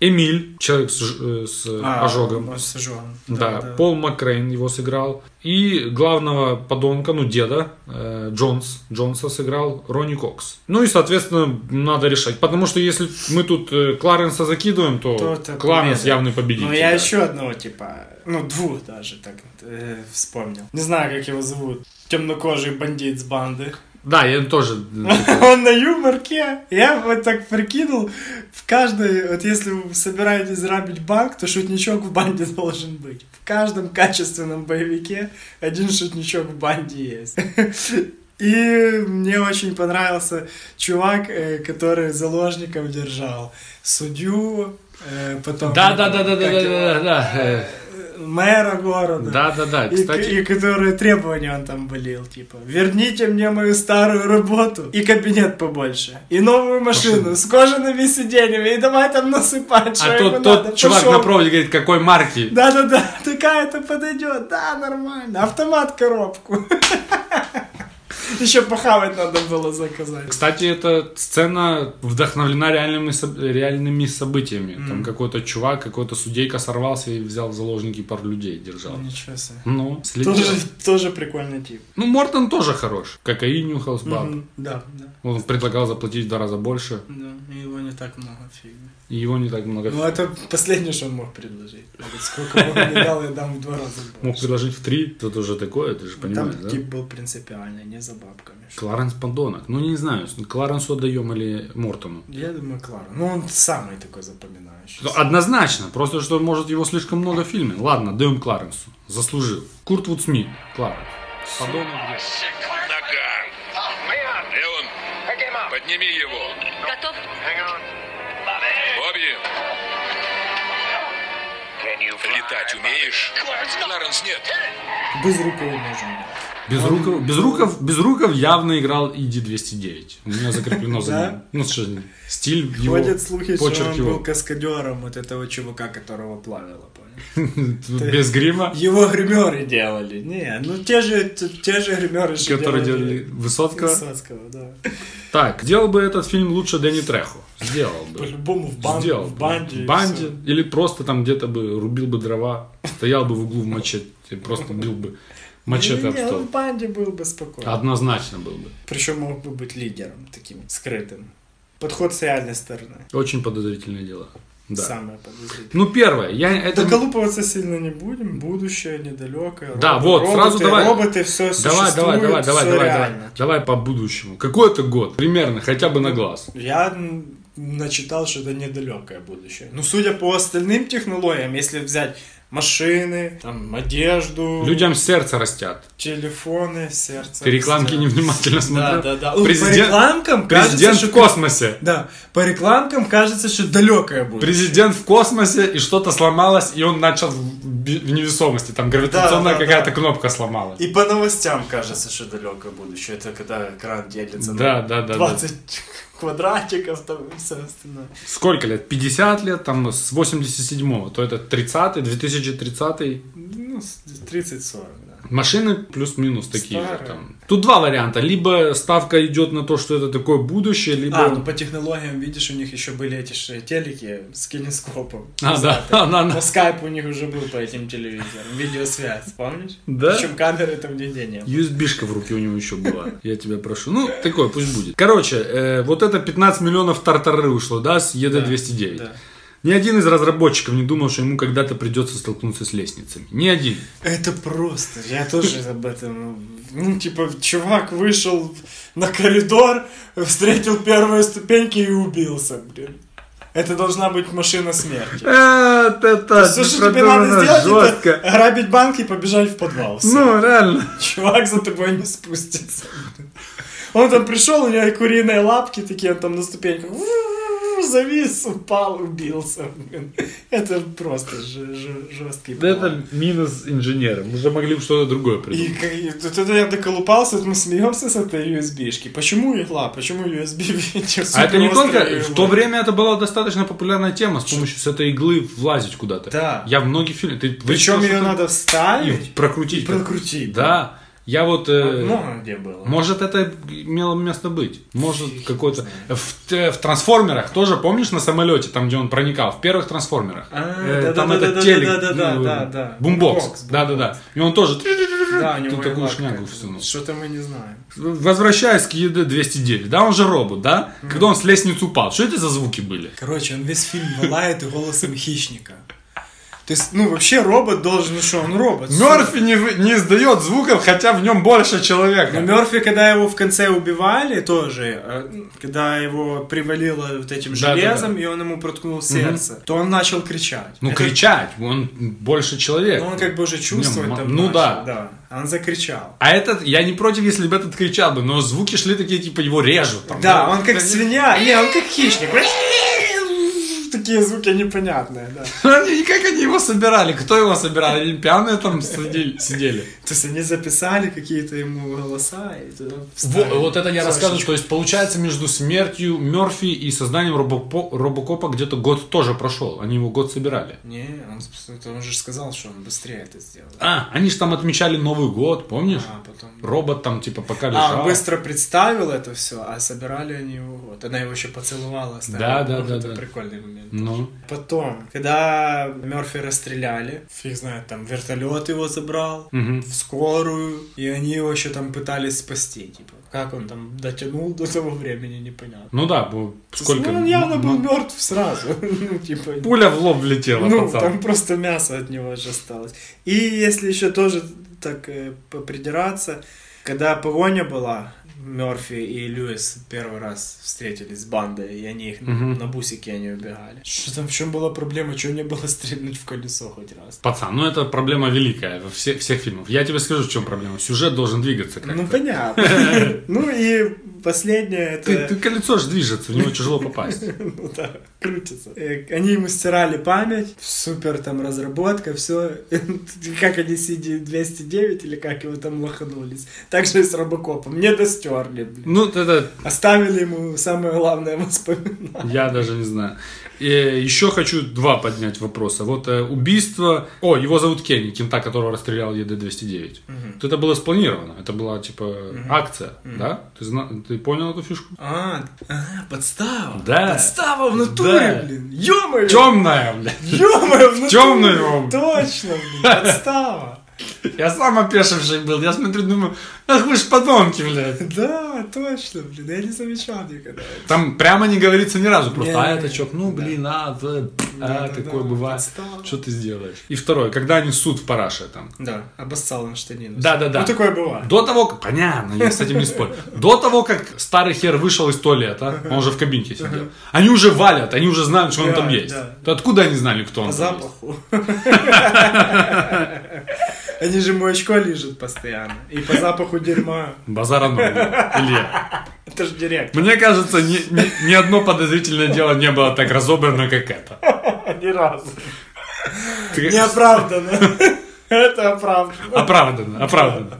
Speaker 9: Эмиль, человек с, ж- э, с
Speaker 10: А,
Speaker 9: ожогом.
Speaker 10: он С ожогом.
Speaker 9: Да, Пол Макрейн его сыграл. И главного подонка, ну, деда, э, Джонс, Джонса сыграл Ронни Кокс. Ну и, соответственно, надо решать. Потому что если мы тут э, Кларенса закидываем, то,
Speaker 10: То это
Speaker 9: Кларенс
Speaker 10: победа.
Speaker 9: явный победитель.
Speaker 10: Ну, я
Speaker 9: да.
Speaker 10: еще одного, типа, ну, двух даже так э, вспомнил. Не знаю, как его зовут. Темнокожий бандит с банды.
Speaker 9: Да, я тоже... э,
Speaker 10: Он на юморке. Я вот так прикинул, в каждой, вот если вы собираетесь грабить банк, то шутничок в банде должен быть. В каждом качественном боевике один шутничок в банде есть. И мне очень понравился чувак, э, который заложников держал. Судью, э, потом... как его,
Speaker 9: Да-да-да-да-да-да-да. э,
Speaker 10: Мэра города.
Speaker 9: Да-да-да,
Speaker 10: И,
Speaker 9: А, кстати...
Speaker 10: и которые требования он там болел, типа, верните мне мою старую работу и кабинет побольше, и новую машину,
Speaker 9: Машину.
Speaker 10: с кожаными сиденьями, и давай там насыпать, что
Speaker 9: ну А
Speaker 10: ему
Speaker 9: тот,
Speaker 10: надо.
Speaker 9: тот чувак
Speaker 10: Пошёл.
Speaker 9: на проводе говорит, какой марки?
Speaker 10: Да-да-да, такая-то подойдет, да, нормально, автомат коробку. Еще похавать надо было заказать.
Speaker 9: Кстати, эта сцена вдохновлена реальными, соб- реальными событиями. Там какой-то чувак, какой-то судейка сорвался и взял в заложники пару людей, держал.
Speaker 10: Ничего себе.
Speaker 9: Ну, слетел.
Speaker 10: Тоже, тоже прикольный тип.
Speaker 9: Ну, Мортон тоже хорош. Кокаин нюхал с баб.
Speaker 10: Мгм, Да, да,
Speaker 9: Он предлагал заплатить в два раза больше,
Speaker 10: да. И Его не так много в фильме.
Speaker 9: и его не так много
Speaker 10: Ну, это последнее, что он мог предложить. Он говорит, Сколько бы он мне дал, я дам в два раза
Speaker 9: мог
Speaker 10: больше.
Speaker 9: предложить в три. Тут уже такое, ты же понимаешь,
Speaker 10: Там
Speaker 9: да?
Speaker 10: тип был принципиальный, не за бабками.
Speaker 9: Кларенс Подонок. Ну, не знаю, Кларенсу отдаем или Мортону.
Speaker 10: Я думаю, Клара. Ну, он самый такой запоминающий.
Speaker 9: Ну, Однозначно, просто что может его слишком много в фильме. Ладно, даем Кларенсу. Заслужил. Куртвуд Смит. Кларенс. Подонок.
Speaker 7: Нога. Эллен, подними его.
Speaker 6: Готов?
Speaker 7: Бобби. Летать умеешь? Кларенс, нет.
Speaker 10: Без руки нужен.
Speaker 9: Безруков, Безруков, Безруков явно играл Иди 209. У меня закреплено за
Speaker 10: Да?
Speaker 9: ним. Ну, что, стиль его,
Speaker 10: Ходят слухи, что
Speaker 9: почерк
Speaker 10: он был
Speaker 9: его.
Speaker 10: каскадером вот этого чувака, которого плавило, понял?
Speaker 9: Без грима,
Speaker 10: Его гримеры делали. Не, ну те же, те, те же гримеры, что
Speaker 9: который делали Высоцкого.
Speaker 10: Высоцкого, да.
Speaker 9: Так, делал бы этот фильм лучше Дэнни Трехо. Сделал бы.
Speaker 10: По-любому в, бан...
Speaker 9: Сделал
Speaker 10: в
Speaker 9: бы.
Speaker 10: банде. и
Speaker 9: В банде.
Speaker 10: всё.
Speaker 9: Или просто там где-то бы рубил бы дрова, стоял бы в углу в мачете, просто бил бы мачете об
Speaker 10: Не, он
Speaker 9: стол.
Speaker 10: в банде был бы спокойно.
Speaker 9: Однозначно был бы.
Speaker 10: Причем мог бы быть лидером таким, скрытым. Подход с реальной стороны.
Speaker 9: Очень подозрительное дело. Да.
Speaker 10: Самое подозрительное.
Speaker 9: Ну, первое, я это...
Speaker 10: Доколупываться сильно не будем, будущее недалекое.
Speaker 9: Да,
Speaker 10: робо-
Speaker 9: вот,
Speaker 10: роботы,
Speaker 9: сразу давай.
Speaker 10: Роботы, все
Speaker 9: Давай, давай, давай, давай, давай, давай,
Speaker 10: реально.
Speaker 9: давай по будущему. Какой это год? Примерно, хотя бы на глаз.
Speaker 10: Я м, начитал, что это недалекое будущее. Ну, судя по остальным технологиям, если взять машины, там, одежду,
Speaker 9: Людям сердце растят.
Speaker 10: телефоны, сердце.
Speaker 9: Ты рекламки
Speaker 10: растет.
Speaker 9: невнимательно
Speaker 10: Да,
Speaker 9: смотрел.
Speaker 10: да, да. Ну, По
Speaker 9: Президент,
Speaker 10: рекламкам кажется,
Speaker 9: президент
Speaker 10: что...
Speaker 9: в космосе.
Speaker 10: Да, по рекламкам кажется, что далекое будет.
Speaker 9: Президент в космосе, и что-то сломалось, и он начал в би- в невесомости. Там гравитационная
Speaker 10: Да, да,
Speaker 9: какая-то
Speaker 10: да.
Speaker 9: кнопка сломалась.
Speaker 10: И по новостям кажется, что далекое будущее. Это когда экран делится
Speaker 9: Да,
Speaker 10: на
Speaker 9: да, да, да.
Speaker 10: 20 квадратиков там и все остальное.
Speaker 9: Сколько лет? 50 лет, там, с 87-го, то это 30-й, 2030
Speaker 10: Ну, с 30-40, да.
Speaker 9: Машины плюс-минус такие же
Speaker 10: Старые.
Speaker 9: там. Тут два варианта. Либо ставка идет на то, что это такое будущее, либо...
Speaker 10: А, ну по технологиям, видишь, у них еще были эти ж э, телеки с кинескопом.
Speaker 9: А, да, она-
Speaker 10: Но
Speaker 9: она-
Speaker 10: скайп у них уже был по этим телевизорам. Видеосвязь, помнишь?
Speaker 9: Да.
Speaker 10: Причем камеры там нигде не было.
Speaker 9: USB-шка в руке у него еще была. Я тебя прошу. Ну, такое, пусть будет. Короче, э, вот это 15 миллионов тартары ушло, да, с ED-209.
Speaker 10: Да.
Speaker 9: Ни один из разработчиков не думал, что ему когда-то придется столкнуться с лестницами. Ни один.
Speaker 10: Это просто, я тоже об этом, ну, типа, чувак вышел на коридор, встретил первые ступеньки и убился, блин. Это должна быть машина смерти.
Speaker 9: Э, Это
Speaker 10: Все, что тебе надо
Speaker 9: непродумано,
Speaker 10: сделать, это
Speaker 9: жестко.
Speaker 10: грабить банк и побежать в подвал. Всё.
Speaker 9: Ну, реально.
Speaker 10: Чувак за тобой не спустится. Он там пришел, у него куриные лапки такие, он там на ступеньках «Ву-ву-ву», завис, упал, убился. блин. Это просто ж- ж- жесткий
Speaker 9: Да
Speaker 10: план.
Speaker 9: Это минус инженера. Мы же могли бы что-то другое
Speaker 10: И,
Speaker 9: придумать.
Speaker 10: как- и тут это я доколупался, мы смеемся с этой USB-шки. Почему игла? Почему USB ветер?
Speaker 9: А это не только... В то время это была достаточно популярная тема. С помощью с этой иглы влазить куда-то.
Speaker 10: Да.
Speaker 9: Я в многих фильмах... Ты
Speaker 10: Причем
Speaker 9: вычитал,
Speaker 10: ее
Speaker 9: что там?
Speaker 10: надо
Speaker 9: И
Speaker 10: вставить
Speaker 9: прокрутить.
Speaker 10: и прокрутить. Ну,
Speaker 9: Да. Я вот... э,
Speaker 10: Много где было.
Speaker 9: Может, это имело место быть. Может, какой-то... В, т- в трансформерах тоже, помнишь, на самолете, там, где он проникал, в первых трансформерах.
Speaker 10: А,
Speaker 9: Э,
Speaker 10: да-да-да-да-да-да-да-да-да-да.
Speaker 9: там этот телек, ну, бумбокс.
Speaker 10: Бумбокс,
Speaker 9: Да-да-да. И он тоже...
Speaker 10: Да, у него
Speaker 9: Тут такую
Speaker 10: игла
Speaker 9: шнягу
Speaker 10: какая-то.
Speaker 9: всунул.
Speaker 10: Что-то мы не знаем.
Speaker 9: Возвращаясь к ЕД-209, да, он же робот, да? Когда он с лестницы упал, что это за звуки были?
Speaker 10: Короче, он весь фильм вылает и голосом хищника. То есть, ну, вообще робот должен, ну что, он робот. сука.
Speaker 9: Мерфи не, вы- не издает звуков, хотя в нем больше
Speaker 10: Но
Speaker 9: человека.
Speaker 10: Ну, Мерфи, когда его в конце убивали, тоже, э, когда его привалило вот этим
Speaker 9: Да-да-да.
Speaker 10: железом, и он ему проткнул сердце, то он начал кричать.
Speaker 9: Ну,
Speaker 10: Это-
Speaker 9: кричать, он больше человек.
Speaker 10: Ну, он как бы уже чувствует
Speaker 9: Не,
Speaker 10: там
Speaker 9: ну,
Speaker 10: начал,
Speaker 9: да.
Speaker 10: А Он закричал.
Speaker 9: А этот, я не против, если бы этот кричал бы, но звуки шли такие, типа, его режут. Там,
Speaker 10: Да, он как свинья. Не, он как хищник. Такие звуки непонятные, да.
Speaker 9: Они- Как они его собирали? Кто его собирал? Они пьяные там сидели? сидели.
Speaker 10: То есть они записали какие-то ему голоса и туда
Speaker 9: Во-
Speaker 10: вставили.
Speaker 9: вот это я
Speaker 10: Слушай,
Speaker 9: рассказываю, что есть получается между смертью Мерфи и созданием Робопо- Робокопа где-то год тоже прошел. Они его год собирали.
Speaker 10: Не, он, с- это он же сказал, что он быстрее это сделал.
Speaker 9: А, они же там отмечали Новый год, помнишь?
Speaker 10: А, потом...
Speaker 9: Робот там типа пока
Speaker 10: А,
Speaker 9: лежал.
Speaker 10: он быстро представил это все, а собирали они его. Вот. Она его еще поцеловала. оставила.
Speaker 9: Да, да,
Speaker 10: Вот
Speaker 9: да,
Speaker 10: Это
Speaker 9: да.
Speaker 10: прикольный момент.
Speaker 9: Ну,
Speaker 10: Потом, когда Мерфи расстреляли, фиг знает, там вертолет его забрал,
Speaker 9: Мгм.
Speaker 10: в скорую, и они его еще там пытались спасти, типа. Как он там дотянул до того времени, непонятно.
Speaker 9: ну да, бо- сколько...
Speaker 10: Ну, он явно был
Speaker 9: ну,
Speaker 10: мертв сразу. Ну, типа,
Speaker 9: Пуля в лоб влетела,
Speaker 10: ну,
Speaker 9: пацан.
Speaker 10: там просто мясо от него же осталось. И если еще тоже так э, попридираться, когда погоня была, Мерфи и Льюис первый раз встретились с бандой, и они их
Speaker 9: Мгм.
Speaker 10: на бусике они убегали. Что там, в чем была проблема? Чего не было стрельнуть в колесо хоть раз?
Speaker 9: Пацан, ну это проблема великая во всех, всех фильмов. Я тебе скажу, в чем проблема. Сюжет должен двигаться как-то.
Speaker 10: Ну, понятно. Ну и последнее,
Speaker 9: ты,
Speaker 10: это...
Speaker 9: ты колесо же движется, в него тяжело попасть.
Speaker 10: Ну да, крутится. Э, Они ему стирали память, супер там разработка, все. Как они CD-209 или как его там лоханулись. Так же и с Робокопом. Не достерли, блин.
Speaker 9: Ну, это
Speaker 10: Оставили ему самое главное воспоминание.
Speaker 9: Я даже не знаю. И еще хочу два поднять вопроса. Вот э, убийство... О, его зовут Кенни, кента, которого расстрелял ЕД-209. Вот это было спланировано. Это была, типа, акция. Да? Ты, зна- ты понял эту фишку?
Speaker 10: А, а, подстава.
Speaker 9: Да.
Speaker 10: Подстава в
Speaker 9: Да.
Speaker 10: натуре, блин. Ё-моё.
Speaker 9: Темная, блядь.
Speaker 10: Ё-моё, в натуре.
Speaker 9: Тёмный он.
Speaker 10: Точно, блин, подстава.
Speaker 9: Я сам опешивший был. Я смотрю, думаю, ах вы ж подонки, блядь.
Speaker 10: Да, точно, блин, я не замечал никогда.
Speaker 9: Там прямо не говорится ни разу, просто,
Speaker 10: Не,
Speaker 9: а
Speaker 10: не,
Speaker 9: это чё, ну, блин, а, в, а,
Speaker 10: Да, да,
Speaker 9: такое
Speaker 10: да,
Speaker 9: бывает.
Speaker 10: подстава.
Speaker 9: Что ты сделаешь? И второе, когда они суд в параше там.
Speaker 10: Да, обоссал на штанину.
Speaker 9: Да-да-да.
Speaker 10: Ну, такое бывает.
Speaker 9: До того, как... Понятно, я с этим не спорю. До того, как старый хер вышел из туалета, он же в кабинке сидел, они уже валят, они уже знают, что он
Speaker 10: Да,
Speaker 9: там есть.
Speaker 10: да.
Speaker 9: То откуда они знали, кто он
Speaker 10: По
Speaker 9: там есть?
Speaker 10: запаху. Они же моечко лижут постоянно. И по запаху дерьма.
Speaker 9: Базара ноль, Илья.
Speaker 10: Это же директ.
Speaker 9: Мне кажется, ни, ни- ни одно подозрительное дело не было так разобрано, как это.
Speaker 10: Ни разу.
Speaker 9: Ты-
Speaker 10: Неоправданно. Это оправданно.
Speaker 9: Оправданно, оправданно.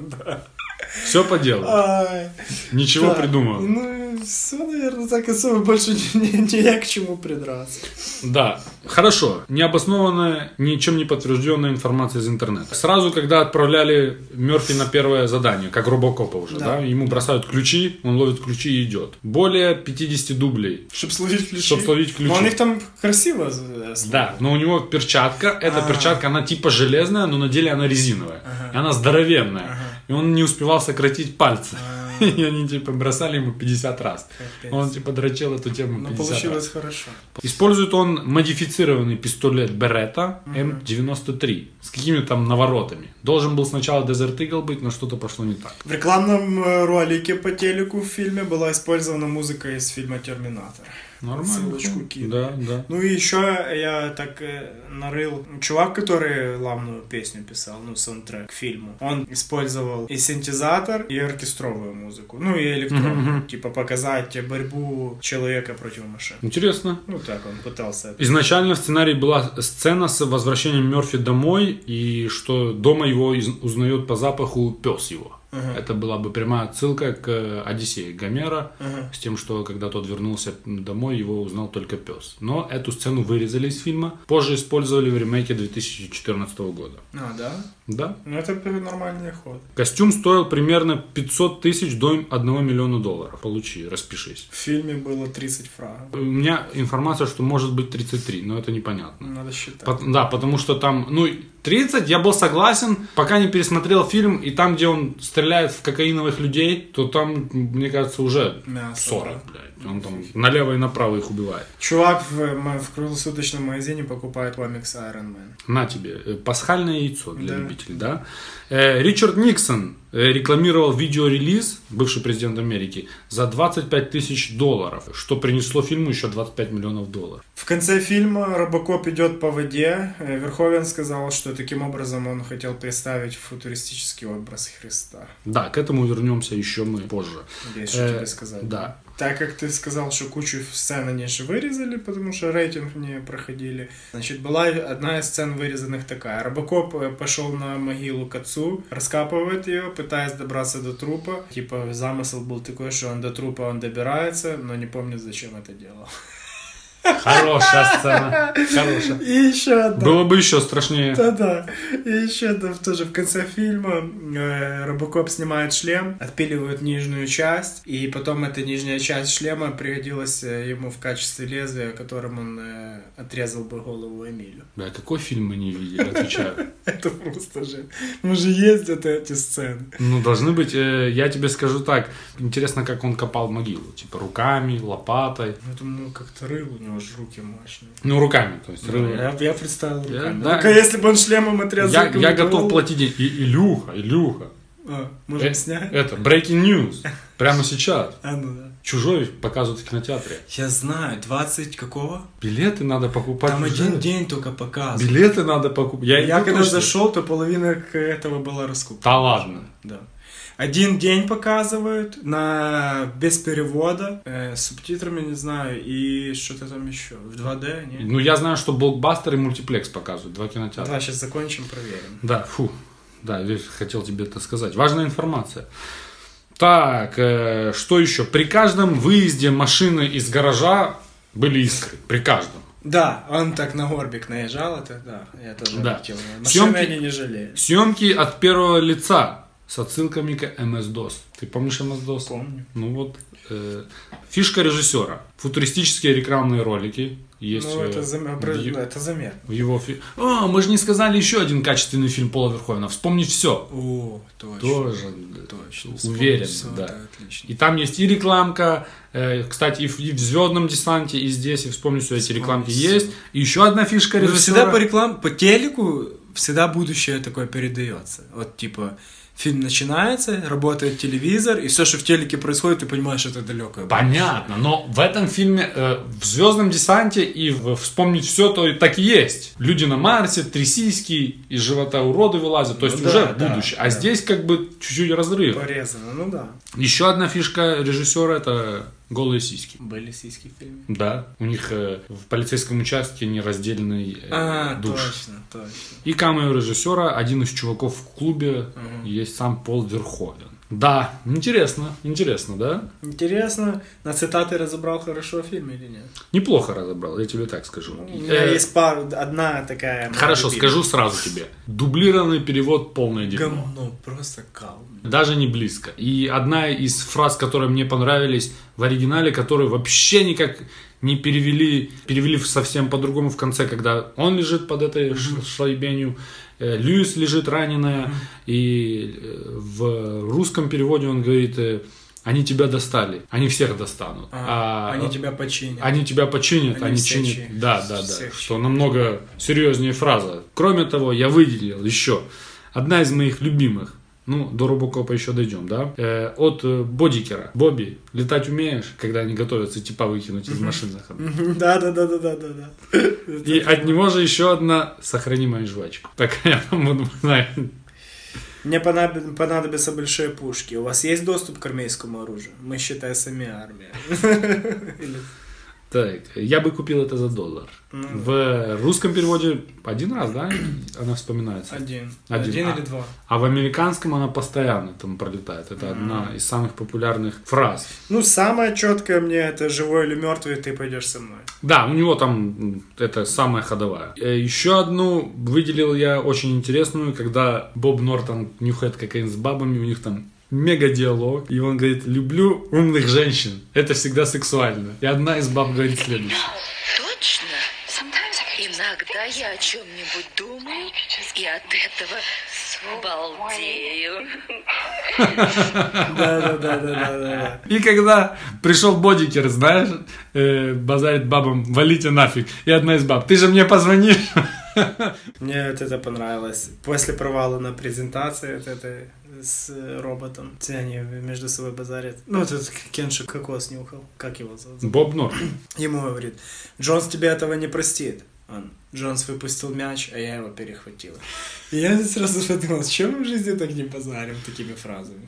Speaker 9: Все по делу.
Speaker 10: Ай.
Speaker 9: Ничего
Speaker 10: Да.
Speaker 9: придумал.
Speaker 10: Ну, все, наверное, так особо больше не, не- не я к чему придраться.
Speaker 9: Да, хорошо. Необоснованная, ничем не подтвержденная информация из интернета. Сразу, когда отправляли Мерфи на первое задание, как Робокопа уже, да,
Speaker 10: Да.
Speaker 9: ему бросают ключи, он ловит ключи и идет. Более 50 дублей.
Speaker 10: Чтоб словить ключи.
Speaker 9: Чтоб словить ключи.
Speaker 10: Но он их там красиво... э, с-
Speaker 9: Да, но у него перчатка, эта
Speaker 10: А.
Speaker 9: перчатка, она типа железная, но на деле она резиновая. И она здоровенная. И он не успевал сократить пальцы. И они типа бросали ему 50 раз.
Speaker 10: А. Капец.
Speaker 9: Он типа дрочил эту тему
Speaker 10: Но
Speaker 9: 50 раз.
Speaker 10: получилось хорошо.
Speaker 9: Использует он модифицированный пистолет Беретта М93 с какими-то там наворотами. Должен был сначала Desert Eagle быть, но что-то пошло не так.
Speaker 10: В рекламном э, ролике по телеку в фильме была использована музыка из фильма «Терминатор».
Speaker 9: Нормально.
Speaker 10: Ссылочку
Speaker 9: да.
Speaker 10: кину.
Speaker 9: Да, да.
Speaker 10: Ну и еще я так э, нарыл чувак, который главную песню писал, ну, саундтрек к фильму. Он использовал и синтезатор, и оркестровую музыку. Ну и электронную. Типа показать борьбу человека против машин.
Speaker 9: Интересно.
Speaker 10: Ну так он пытался.
Speaker 9: Изначально в сценарии была сцена с возвращением Мерфи домой, и что дома его из- узнает по запаху пес его. Это была бы прямая отсылка к э, Одиссее Гомера, с тем, что когда тот вернулся домой, его узнал только пес. Но эту сцену вырезали из фильма, позже использовали в ремейке 2014 года.
Speaker 10: А, да?
Speaker 9: Да.
Speaker 10: Ну это п- нормальный ход.
Speaker 9: Костюм стоил примерно 500 тысяч до 1 миллиона долларов. Получи, распишись.
Speaker 10: В фильме было 30 фрагов.
Speaker 9: У меня информация, что может быть 33, но это непонятно.
Speaker 10: Надо считать.
Speaker 9: Пот- Да, потому что там, ну, 30 я был согласен, пока не пересмотрел фильм, и там, где он стреляет в кокаиновых людей, то там, мне кажется, уже
Speaker 10: Мясо,
Speaker 9: 40, блядь. Он там налево и направо их убивает.
Speaker 10: Чувак в, м- в круглосуточном магазине покупает комикс Iron Man.
Speaker 9: На тебе, э, пасхальное яйцо для
Speaker 10: Да.
Speaker 9: любителей, да? Э, Ричард Никсон э, рекламировал видеорелиз, бывший президент Америки, за 25 тысяч долларов, что принесло фильму еще 25 миллионов долларов.
Speaker 10: В конце фильма Робокоп идет по воде. Э, Верховен сказал, что таким образом он хотел представить футуристический образ Христа.
Speaker 9: Да, к этому вернемся еще мы позже.
Speaker 10: Надеюсь, что
Speaker 9: Э,
Speaker 10: тебе сказать.
Speaker 9: Да,
Speaker 10: Так как ты сказал, что кучу сцен они же вырезали, потому что рейтинг не проходили. Значит, была одна из сцен вырезанных такая. Робокоп э, пошел на могилу к отцу, раскапывает ее, пытаясь добраться до трупа. Типа замысел был такой, что он до трупа он добирается, но не помнит, зачем это делал.
Speaker 9: хорошая сцена, хорошая.
Speaker 10: И еще одна.
Speaker 9: Было бы еще страшнее.
Speaker 10: Да-да. И еще там тоже в конце фильма э, Робокоп снимает шлем, отпиливают нижнюю часть, и потом эта нижняя часть шлема пригодилась э, ему в качестве лезвия, которым он э, отрезал бы голову Эмилю.
Speaker 9: Бля, какой фильм мы не видели, отвечаю.
Speaker 10: Это просто же... Ну же ездят эти сцены.
Speaker 9: Ну, должны быть, э, я тебе скажу так, интересно, как он копал могилу. Типа руками, лопатой.
Speaker 10: Ну, думаю, как-то рыл, у него же руки мощные.
Speaker 9: Ну, руками, то есть рыло.
Speaker 10: Я, я представил
Speaker 9: Я-
Speaker 10: руками.
Speaker 9: да.
Speaker 10: Только если бы он шлемом отрезал
Speaker 9: Я, я
Speaker 10: кому-то
Speaker 9: готов
Speaker 10: голову-
Speaker 9: платить деньги. И, Илюха, Илюха.
Speaker 10: А,
Speaker 9: Э,
Speaker 10: можем снять?
Speaker 9: Это, breaking news. Прямо сейчас.
Speaker 10: А, ну да.
Speaker 9: Чужой показывают в кинотеатре.
Speaker 10: Я знаю, 20 какого?
Speaker 9: Билеты надо покупать.
Speaker 10: Там
Speaker 9: уже.
Speaker 10: один день только показывают.
Speaker 9: Билеты надо покупать. Я,
Speaker 10: Я
Speaker 9: иду
Speaker 10: когда
Speaker 9: точно.
Speaker 10: зашел, то половина к- этого была раскуплена.
Speaker 9: Да ладно.
Speaker 10: Да. Один день показывают на без перевода, э, с субтитрами, не знаю, и что-то там еще. В 2D, нет?
Speaker 9: Ну, я знаю, что блокбастер и мультиплекс показывают. Два кинотеатра.
Speaker 10: Давай сейчас закончим, проверим.
Speaker 9: Да, фу. Да, я хотел тебе это сказать. Важная информация. Так, э, что еще? При каждом выезде машины из гаража были искры. При каждом.
Speaker 10: Да, он так на горбик наезжал, это да, я тоже
Speaker 9: Да.
Speaker 10: хотел.
Speaker 9: Съемки-
Speaker 10: Машины они не жалеют.
Speaker 9: Съемки от первого лица. с отсылками к MS-DOS. Ты помнишь MS-DOS?
Speaker 10: Помню.
Speaker 9: Ну вот, э, фишка режиссера. Футуристические рекламные ролики. Есть
Speaker 10: Ну,
Speaker 9: э,
Speaker 10: это, зам- образ-
Speaker 9: в е-
Speaker 10: это заметно.
Speaker 9: в его фи... А, мы же не сказали еще один качественный фильм Пола Верховена. Вспомнить все.
Speaker 10: О, точно.
Speaker 9: Тоже
Speaker 10: Точно.
Speaker 9: уверен,
Speaker 10: Вспомнил,
Speaker 9: да.
Speaker 10: это отлично.
Speaker 9: И там есть и рекламка, э, кстати, и в, и в Звездном десанте, и здесь, и вспомню, все эти рекламки
Speaker 10: всё.
Speaker 9: есть. И еще одна фишка
Speaker 10: Ну,
Speaker 9: режиссера.
Speaker 10: всегда по реклам, по телеку всегда будущее такое передается. Вот типа фильм начинается, работает телевизор, и все, что в телеке происходит, ты понимаешь, это далекое.
Speaker 9: Понятно, но в этом фильме, э, в Звездном десанте и в вспомнить все, то и так и есть. Люди на Марсе, три сиськи, из живота уроды вылазят, то есть
Speaker 10: Ну
Speaker 9: уже
Speaker 10: да, да,
Speaker 9: будущее. а
Speaker 10: да.
Speaker 9: здесь как бы чуть-чуть разрыв.
Speaker 10: Порезано, ну да.
Speaker 9: Еще одна фишка режиссера это голые сиськи.
Speaker 10: Были сиськи в фильме.
Speaker 9: Да, у них э, в полицейском участке нераздельный э,
Speaker 10: А,
Speaker 9: душ.
Speaker 10: точно, точно.
Speaker 9: И камео режиссера, один из чуваков в клубе, есть сам Пол Верховен. Да, интересно, интересно, да?
Speaker 10: Интересно, на цитаты разобрал хорошо фильм или нет?
Speaker 9: Неплохо разобрал, я тебе так скажу.
Speaker 10: У меня
Speaker 9: Э,
Speaker 10: есть пару, одна такая... моя
Speaker 9: Хорошо,
Speaker 10: любимая.
Speaker 9: скажу сразу тебе. Дублированный перевод полное дерьмо.
Speaker 10: Говно, просто кал.
Speaker 9: Даже не близко. И одна из фраз, которые мне понравились в оригинале, которые вообще никак не перевели, перевели в- совсем по-другому в конце, когда он лежит под этой ш- шайбенью, э, Льюис лежит раненая, и э, в русском переводе он говорит, э, они тебя достали, они всех достанут.
Speaker 10: А,
Speaker 9: А-
Speaker 10: они тебя починят.
Speaker 9: они тебя починят,
Speaker 10: Они
Speaker 9: они,
Speaker 10: все
Speaker 9: чинят.
Speaker 10: чи-
Speaker 9: Да, да, да.
Speaker 10: всех
Speaker 9: Что намного серьезнее фраза. Кроме того, я выделил еще одна из моих любимых. Ну, до Робокопа еще дойдем, да? Э, от э, Бодикера. Бобби, летать умеешь, когда они готовятся типа выкинуть из машины?
Speaker 10: Да, да, да, да, да, да, да.
Speaker 9: И от него же еще одна «Сохрани мою жвачку». Так я вам буду знать.
Speaker 10: Мне понадоб- понадобятся большие пушки. У вас есть доступ к армейскому оружию? Мы, считай, сами армия. Или-
Speaker 9: Так, я бы купил это за доллар.
Speaker 10: Ну
Speaker 9: В русском переводе один раз, да, она вспоминается?
Speaker 10: Один.
Speaker 9: Один,
Speaker 10: Один
Speaker 9: а.
Speaker 10: или два.
Speaker 9: А в американском она постоянно там пролетает. Это одна из самых популярных фраз.
Speaker 10: Ну, самое четкое мне это живой или мертвый, ты пойдешь со мной.
Speaker 9: Да, у него там м, это самая ходовая. Э, Еще одну выделил я очень интересную, когда Боб Нортон нюхает кокаин с бабами, у них там мега диалог, и он говорит, люблю умных женщин, это всегда сексуально. И одна из баб говорит следующее.
Speaker 6: Точно? Иногда я о чем-нибудь думаю и от этого балдею.
Speaker 10: Да, да, да, да, да, да.
Speaker 9: И когда пришел бодикер, знаешь, э, базарит бабам, валите нафиг. И одна из баб, ты же мне позвонишь.
Speaker 10: Мне вот это понравилось. После провала на презентации вот этой с э, роботом. Все они между собой базарят. Ну, вот этот Кенши кокос нюхал. Как его зовут?
Speaker 9: Боб Нортон.
Speaker 10: Ему говорит, Джонс тебе этого не простит. Он, Джонс выпустил мяч, а я его перехватила. И я сразу подумал, с чем мы в жизни так не базарим такими фразами?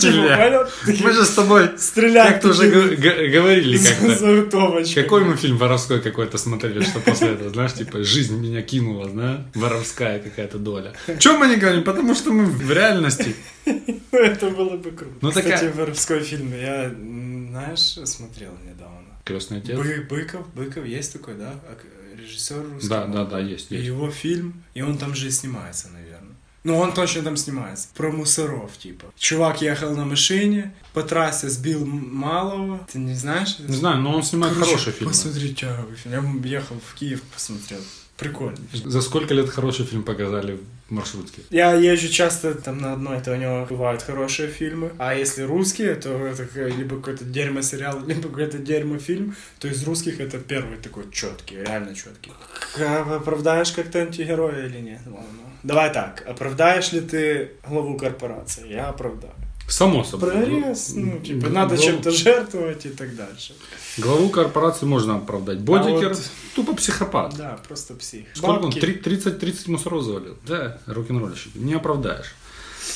Speaker 10: Типа,
Speaker 9: Бля.
Speaker 10: понял?
Speaker 9: Ну, Мы же с тобой
Speaker 10: Стреляй
Speaker 9: как-то уже г- г- говорили как-то.
Speaker 10: за утомочкой.
Speaker 9: Какой мы фильм воровской какой-то смотрели, что после этого, знаешь, типа, жизнь меня кинула, знаешь, воровская какая-то доля. Чем мы не говорим? Потому что мы в реальности.
Speaker 10: Ну, это было бы круто.
Speaker 9: Ну,
Speaker 10: Кстати,
Speaker 9: такая-
Speaker 10: воровской фильм я, м, знаешь, смотрел недавно.
Speaker 9: Крестный отец.
Speaker 10: Бы- Быков, Быков есть такой, да? Ак- Режиссер русский.
Speaker 9: Да, да, да, есть,
Speaker 10: И
Speaker 9: есть.
Speaker 10: его фильм, и он там же и снимается, наверное. Ну, он точно там снимается. Про мусоров, типа. Чувак ехал на машине, по трассе сбил м- малого. Ты не знаешь?
Speaker 9: Не знаю, но он снимает
Speaker 10: Короче,
Speaker 9: хороший фильм.
Speaker 10: Посмотри, чавый фильм. Я ехал в Киев, посмотрел. Прикольно.
Speaker 9: За сколько лет хороший фильм показали в маршрутке?
Speaker 10: Я езжу часто там на одной, то у него бывают хорошие фильмы. А если русские, то это к- либо какой-то дерьмо сериал, либо какой-то дерьмо фильм. То из русских это первый такой четкий, реально четкий. Оправдаешь как-то антигероя или нет? Ладно. Давай так, оправдаешь ли ты главу корпорации? Я оправдаю.
Speaker 9: Само собой.
Speaker 10: Прорез, ну, типа,
Speaker 9: Г-
Speaker 10: надо
Speaker 9: гол-
Speaker 10: чем-то жертвовать и так дальше.
Speaker 9: Главу корпорации можно оправдать. Бодикер
Speaker 10: вот-
Speaker 9: тупо психопат.
Speaker 10: Да, просто псих.
Speaker 9: Сколько он?
Speaker 10: Бабки.
Speaker 9: Три- 30, 30 мусоров завалил. Да, рок-н-ролльщик. Не оправдаешь.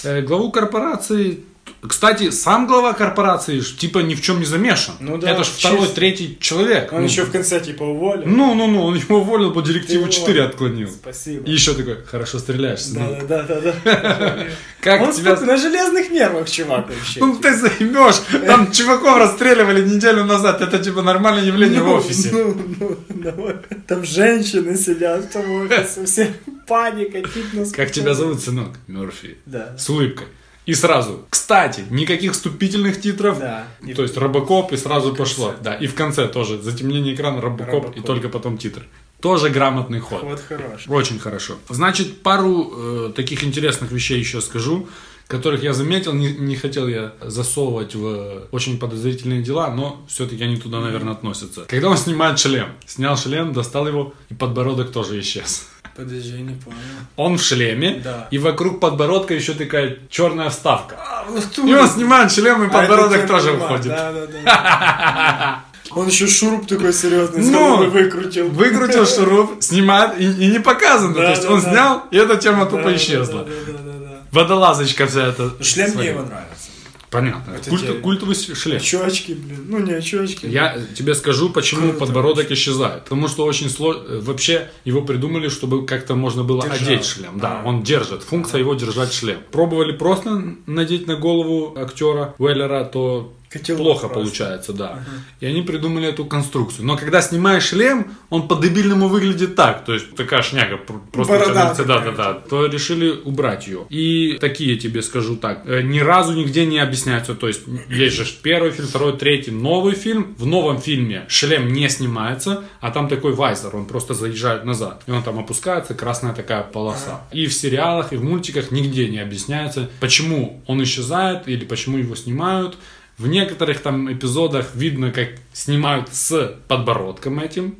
Speaker 9: Э, главу корпорации... Кстати, сам глава корпорации ж типа ни в чем не замешан.
Speaker 10: Ну да,
Speaker 9: Это же
Speaker 10: чисто.
Speaker 9: второй, третий человек.
Speaker 10: Он
Speaker 9: ну,
Speaker 10: еще в конце, типа, уволил.
Speaker 9: ну, ну, ну, он его уволил по директиву
Speaker 10: Ты
Speaker 9: 4
Speaker 10: уволен.
Speaker 9: отклонил.
Speaker 10: Спасибо.
Speaker 9: И еще такой, хорошо стреляешь, сынок.
Speaker 10: Да, да, да, да.
Speaker 9: Как
Speaker 10: Он
Speaker 9: тебя...
Speaker 10: сука, на железных нервах, чувак, вообще.
Speaker 9: Ну ты займешь,
Speaker 10: Э.
Speaker 9: там чуваков расстреливали неделю назад, это типа нормальное явление в офисе.
Speaker 10: Ну, ну, ну, давай. Там женщины сидят в том офисе, все паника, чуть нас...
Speaker 9: Как тебя зовут, сынок? Мерфи.
Speaker 10: Да.
Speaker 9: С улыбкой. И сразу, кстати, никаких вступительных титров.
Speaker 10: Да. И-
Speaker 9: То есть Робокоп и сразу пошло. Да, и в конце тоже затемнение экрана, Робокоп и
Speaker 10: Робокоп.
Speaker 9: только потом титр. Тоже грамотный ход.
Speaker 10: Вот хорош.
Speaker 9: Очень хорошо. Значит, пару э, таких интересных вещей еще скажу, которых я заметил. Не, не хотел я засовывать в очень подозрительные дела, но все-таки они туда, наверное, относятся. Когда он снимает шлем, снял шлем, достал его, и подбородок тоже исчез.
Speaker 10: Подожди, я не понял.
Speaker 9: Он в шлеме,
Speaker 10: Да.
Speaker 9: и вокруг подбородка еще такая черная вставка.
Speaker 10: А, в
Speaker 9: ну, И
Speaker 10: натуре.
Speaker 9: он снимает шлем, и
Speaker 10: А, это
Speaker 9: подбородок
Speaker 10: я
Speaker 9: тоже
Speaker 10: понимаю.
Speaker 9: выходит.
Speaker 10: Да, да, да. Он еще шуруп такой серьезный с
Speaker 9: Ну,
Speaker 10: головы выкрутил.
Speaker 9: Выкрутил шуруп, снимает, и, и не показано.
Speaker 10: Да,
Speaker 9: То есть
Speaker 10: да,
Speaker 9: он
Speaker 10: да.
Speaker 9: снял, и эта тема
Speaker 10: Да,
Speaker 9: тупо
Speaker 10: да,
Speaker 9: а исчезла.
Speaker 10: да, да, да, да,
Speaker 9: Водолазочка вся эта.
Speaker 10: да. Шлем мне
Speaker 9: Смотри.
Speaker 10: его нравится.
Speaker 9: Понятно. Культ-
Speaker 10: тебе-
Speaker 9: Культовый шлем.
Speaker 10: Чё очки, блин? Ну не чё очки.
Speaker 9: Я тебе скажу, почему
Speaker 10: Круто.
Speaker 9: подбородок исчезает. Потому что очень сложно. Вообще его придумали, чтобы как-то можно было
Speaker 10: Держал.
Speaker 9: одеть шлем. Да,
Speaker 10: А.
Speaker 9: он держит. Функция его держать шлем. Пробовали просто надеть на голову актера Уэллера, то
Speaker 10: Котелок
Speaker 9: плохо
Speaker 10: просто.
Speaker 9: получается, да. И они придумали эту конструкцию. Но когда снимаешь шлем, он по-дебильному выглядит так. То есть такая шняга пр- просто
Speaker 10: Борода
Speaker 9: тянется, да, да,
Speaker 10: какая-то.
Speaker 9: да. То решили убрать ее. И такие тебе скажу так. э, Ни разу нигде не объясняются. То есть есть же первый фильм, второй, третий, новый фильм. В новом фильме шлем не снимается, а там такой вайзер, он просто заезжает назад. И он там опускается, красная такая полоса. И в сериалах, и в мультиках нигде не объясняется, почему он исчезает или почему его снимают. В некоторых там эпизодах видно, как снимают с подбородком этим.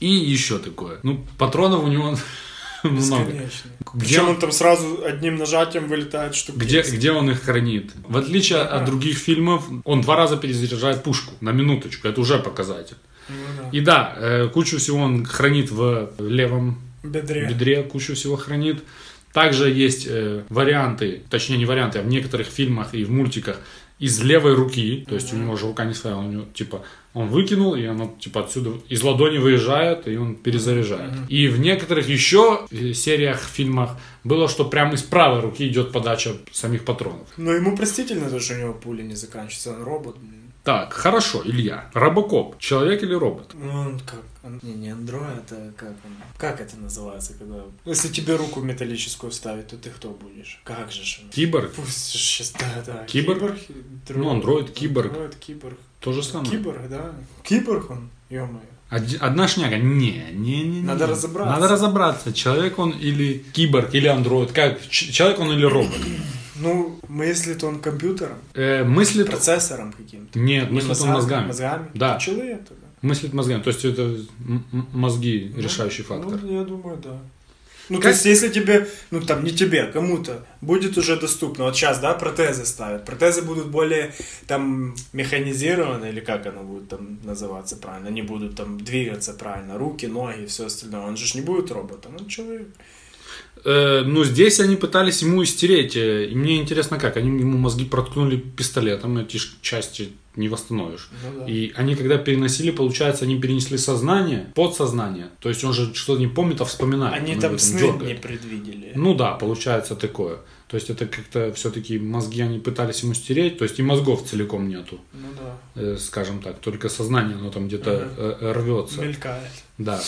Speaker 9: И еще такое. Ну, патронов у него много.
Speaker 10: Бесконечно.
Speaker 9: Где,
Speaker 10: Причем он
Speaker 9: он-
Speaker 10: там сразу одним нажатием вылетает штук.
Speaker 9: где,
Speaker 10: 10.
Speaker 9: где он их хранит? В отличие от других фильмов, он два раза перезаряжает пушку на минуточку. Это уже показатель. И да, э, кучу всего он хранит в левом
Speaker 10: Бедре.
Speaker 9: бедре, кучу всего хранит. Также есть э, варианты, точнее не варианты, а в некоторых фильмах и в мультиках из левой руки, то есть у него же рука не своя, у него типа он выкинул и она типа отсюда из ладони выезжает и он перезаряжает. И в некоторых еще э, сериях, фильмах было, что прямо из правой руки идет подача самих патронов.
Speaker 10: Но ему простительно то, что у него пули не заканчиваются. Он робот, блин.
Speaker 9: Так, хорошо, Илья. Робокоп, человек или робот?
Speaker 10: Ну, он как... он- Не, не андроид, а как он... Как это называется, когда... Если тебе руку металлическую вставить, то ты кто будешь? Как же ж он?
Speaker 9: Киборг,
Speaker 10: Пусть сейчас, да, да.
Speaker 9: Киборг?
Speaker 10: и друг.
Speaker 9: ну андроид, киборг,
Speaker 10: Андроид, киборг.
Speaker 9: то же самое.
Speaker 10: Киборг, да. Киборг он, ё-моё.
Speaker 9: Од- Одна шняга. Не, не, не, не.
Speaker 10: Надо разобраться.
Speaker 9: Надо разобраться, человек он или киборг, или андроид. Как? Ч- человек он или робот?
Speaker 10: Ну, мы если то он компьютером,
Speaker 9: Э, мыслит...
Speaker 10: процессором каким-то.
Speaker 9: Нет,
Speaker 10: Не
Speaker 9: мыслит он мозгами.
Speaker 10: Мозгами?
Speaker 9: Да.
Speaker 10: Ну, Челы это, да.
Speaker 9: Мыслит мозгами. То есть это м- м- мозги Ну, решающий фактор.
Speaker 10: Ну, я думаю, да. Ну,
Speaker 9: Как-
Speaker 10: то есть, если тебе, ну, там, не тебе, кому-то, будет уже доступно. Вот сейчас, да, протезы ставят. Протезы будут более, там, механизированы, или как оно будет там называться правильно. Они будут там двигаться правильно. Руки, ноги и все остальное. Он же ж не будет роботом, он человек.
Speaker 9: Э, ну, здесь они пытались ему истереть. э, И мне интересно, как. Они ему мозги проткнули пистолетом. Эти ж части не восстановишь.
Speaker 10: Ну да.
Speaker 9: И они когда переносили, получается, они перенесли сознание, подсознание. То есть он же что-то не помнит, а вспоминает.
Speaker 10: Они
Speaker 9: Он об
Speaker 10: там
Speaker 9: этом
Speaker 10: сны
Speaker 9: дёргает.
Speaker 10: не предвидели.
Speaker 9: Ну да, получается такое. То есть это как-то все-таки мозги они пытались ему стереть, то есть и мозгов целиком нету,
Speaker 10: Ну да,
Speaker 9: э, скажем так, только сознание оно там где-то э, рвется.
Speaker 10: мелькает.
Speaker 9: Да.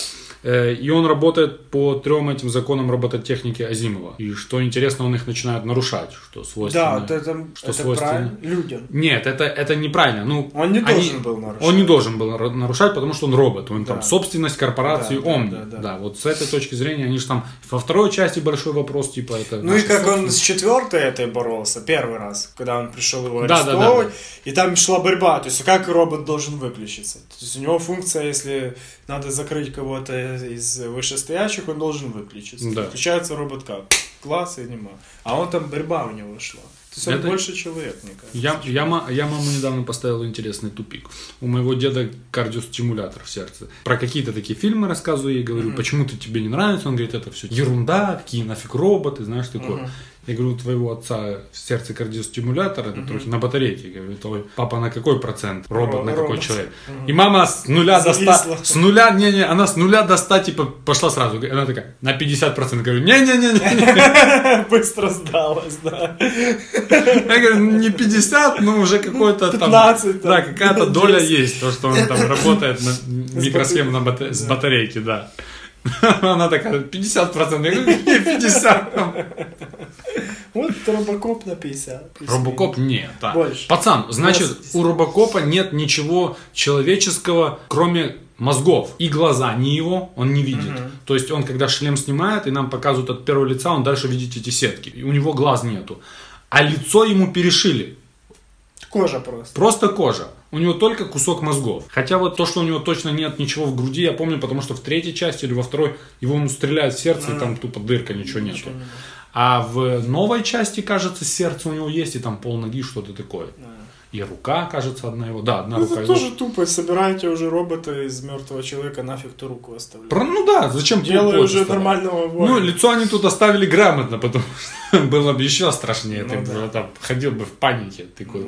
Speaker 9: Э, И он работает по трем этим законам робототехники Азимова. И что интересно, он их начинает нарушать, что свойственно.
Speaker 10: Да, вот это,
Speaker 9: Что
Speaker 10: это
Speaker 9: свойственно.
Speaker 10: правильно людям.
Speaker 9: Нет, это, это неправильно. Ну,
Speaker 10: Он не
Speaker 9: они-
Speaker 10: должен был нарушать.
Speaker 9: Он не должен был нар- нарушать, потому что он робот. Он там
Speaker 10: Да.
Speaker 9: собственность корпорации
Speaker 10: Да, да,
Speaker 9: Омни.
Speaker 10: да, да.
Speaker 9: вот с этой точки зрения они же там во второй части большой вопрос, типа это.
Speaker 10: Ну и
Speaker 9: наша
Speaker 10: как он
Speaker 9: собственность.
Speaker 10: с четвертой этой боролся первый раз, когда он пришел его
Speaker 9: Да, да, да,
Speaker 10: арестовывать, и там шла борьба, то есть а как робот должен выключиться. То есть у него функция, если надо закрыть кого-то из вышестоящих, он должен выключиться.
Speaker 9: Да.
Speaker 10: Включается робот как? Класс и нема. А он там борьба у него шла. То есть он
Speaker 9: Это-
Speaker 10: больше человек, мне кажется.
Speaker 9: Я, я, ма- я маму недавно поставил интересный тупик. У моего деда кардиостимулятор в сердце. Про какие-то такие фильмы рассказываю ей, говорю, почему-то тебе не нравится. Он говорит, это все ерунда, какие нафиг роботы, знаешь, такое. Я говорю, у твоего отца в сердце кардиостимулятор, это трохи на батарейке. Я говорю, твой папа на какой процент? Робот
Speaker 10: Ро-
Speaker 9: на какой
Speaker 10: робот.
Speaker 9: человек? И мама с нуля до ста,
Speaker 10: Зависла.
Speaker 9: с нуля, не-не, она с нуля до ста, типа, пошла сразу. Она такая, на 50%. Говорю, не-не-не-не.
Speaker 10: Быстро сдалась, да.
Speaker 9: Я говорю, ну, не 50, но уже какой-то там...
Speaker 10: 15 там,
Speaker 9: Да, какая-то доля
Speaker 10: 10.
Speaker 9: есть, то, что он там работает на микросхем на бата- с
Speaker 10: Да.
Speaker 9: батарейки, да. Она такая, 50%. Я говорю, не 50.
Speaker 10: Вот Робокоп на 50.
Speaker 9: Робокоп нет. да.
Speaker 10: Больше.
Speaker 9: Пацан, значит, у Робокопа нет ничего человеческого, кроме мозгов. И глаза не его, он не видит. То есть он, когда шлем снимает, и нам показывают от первого лица, он дальше видит эти сетки. И у него глаз нету. А лицо ему перешили.
Speaker 10: Кожа просто.
Speaker 9: Просто кожа. У него только кусок мозгов. Хотя вот то, что у него точно нет ничего в груди, я помню, потому что в третьей части или во второй его ему стреляют в сердце, и
Speaker 10: А.
Speaker 9: там тупо дырка, ничего нету. А в новой части, кажется, сердце у него есть, и там пол ноги, что-то такое. И рука, кажется, одна его. Да, одна
Speaker 10: Ну,
Speaker 9: рука
Speaker 10: это
Speaker 9: его.
Speaker 10: тоже тупо. Собираете уже робота из мертвого человека, нафиг ту руку оставляете.
Speaker 9: Про- Ну да, зачем тебе
Speaker 10: Делаю
Speaker 9: позже
Speaker 10: уже
Speaker 9: вставать?
Speaker 10: нормального воина.
Speaker 9: Ну, лицо они тут оставили грамотно, потому что было бы еще страшнее. ты
Speaker 10: Ну да.
Speaker 9: бы там ходил бы в панике, такой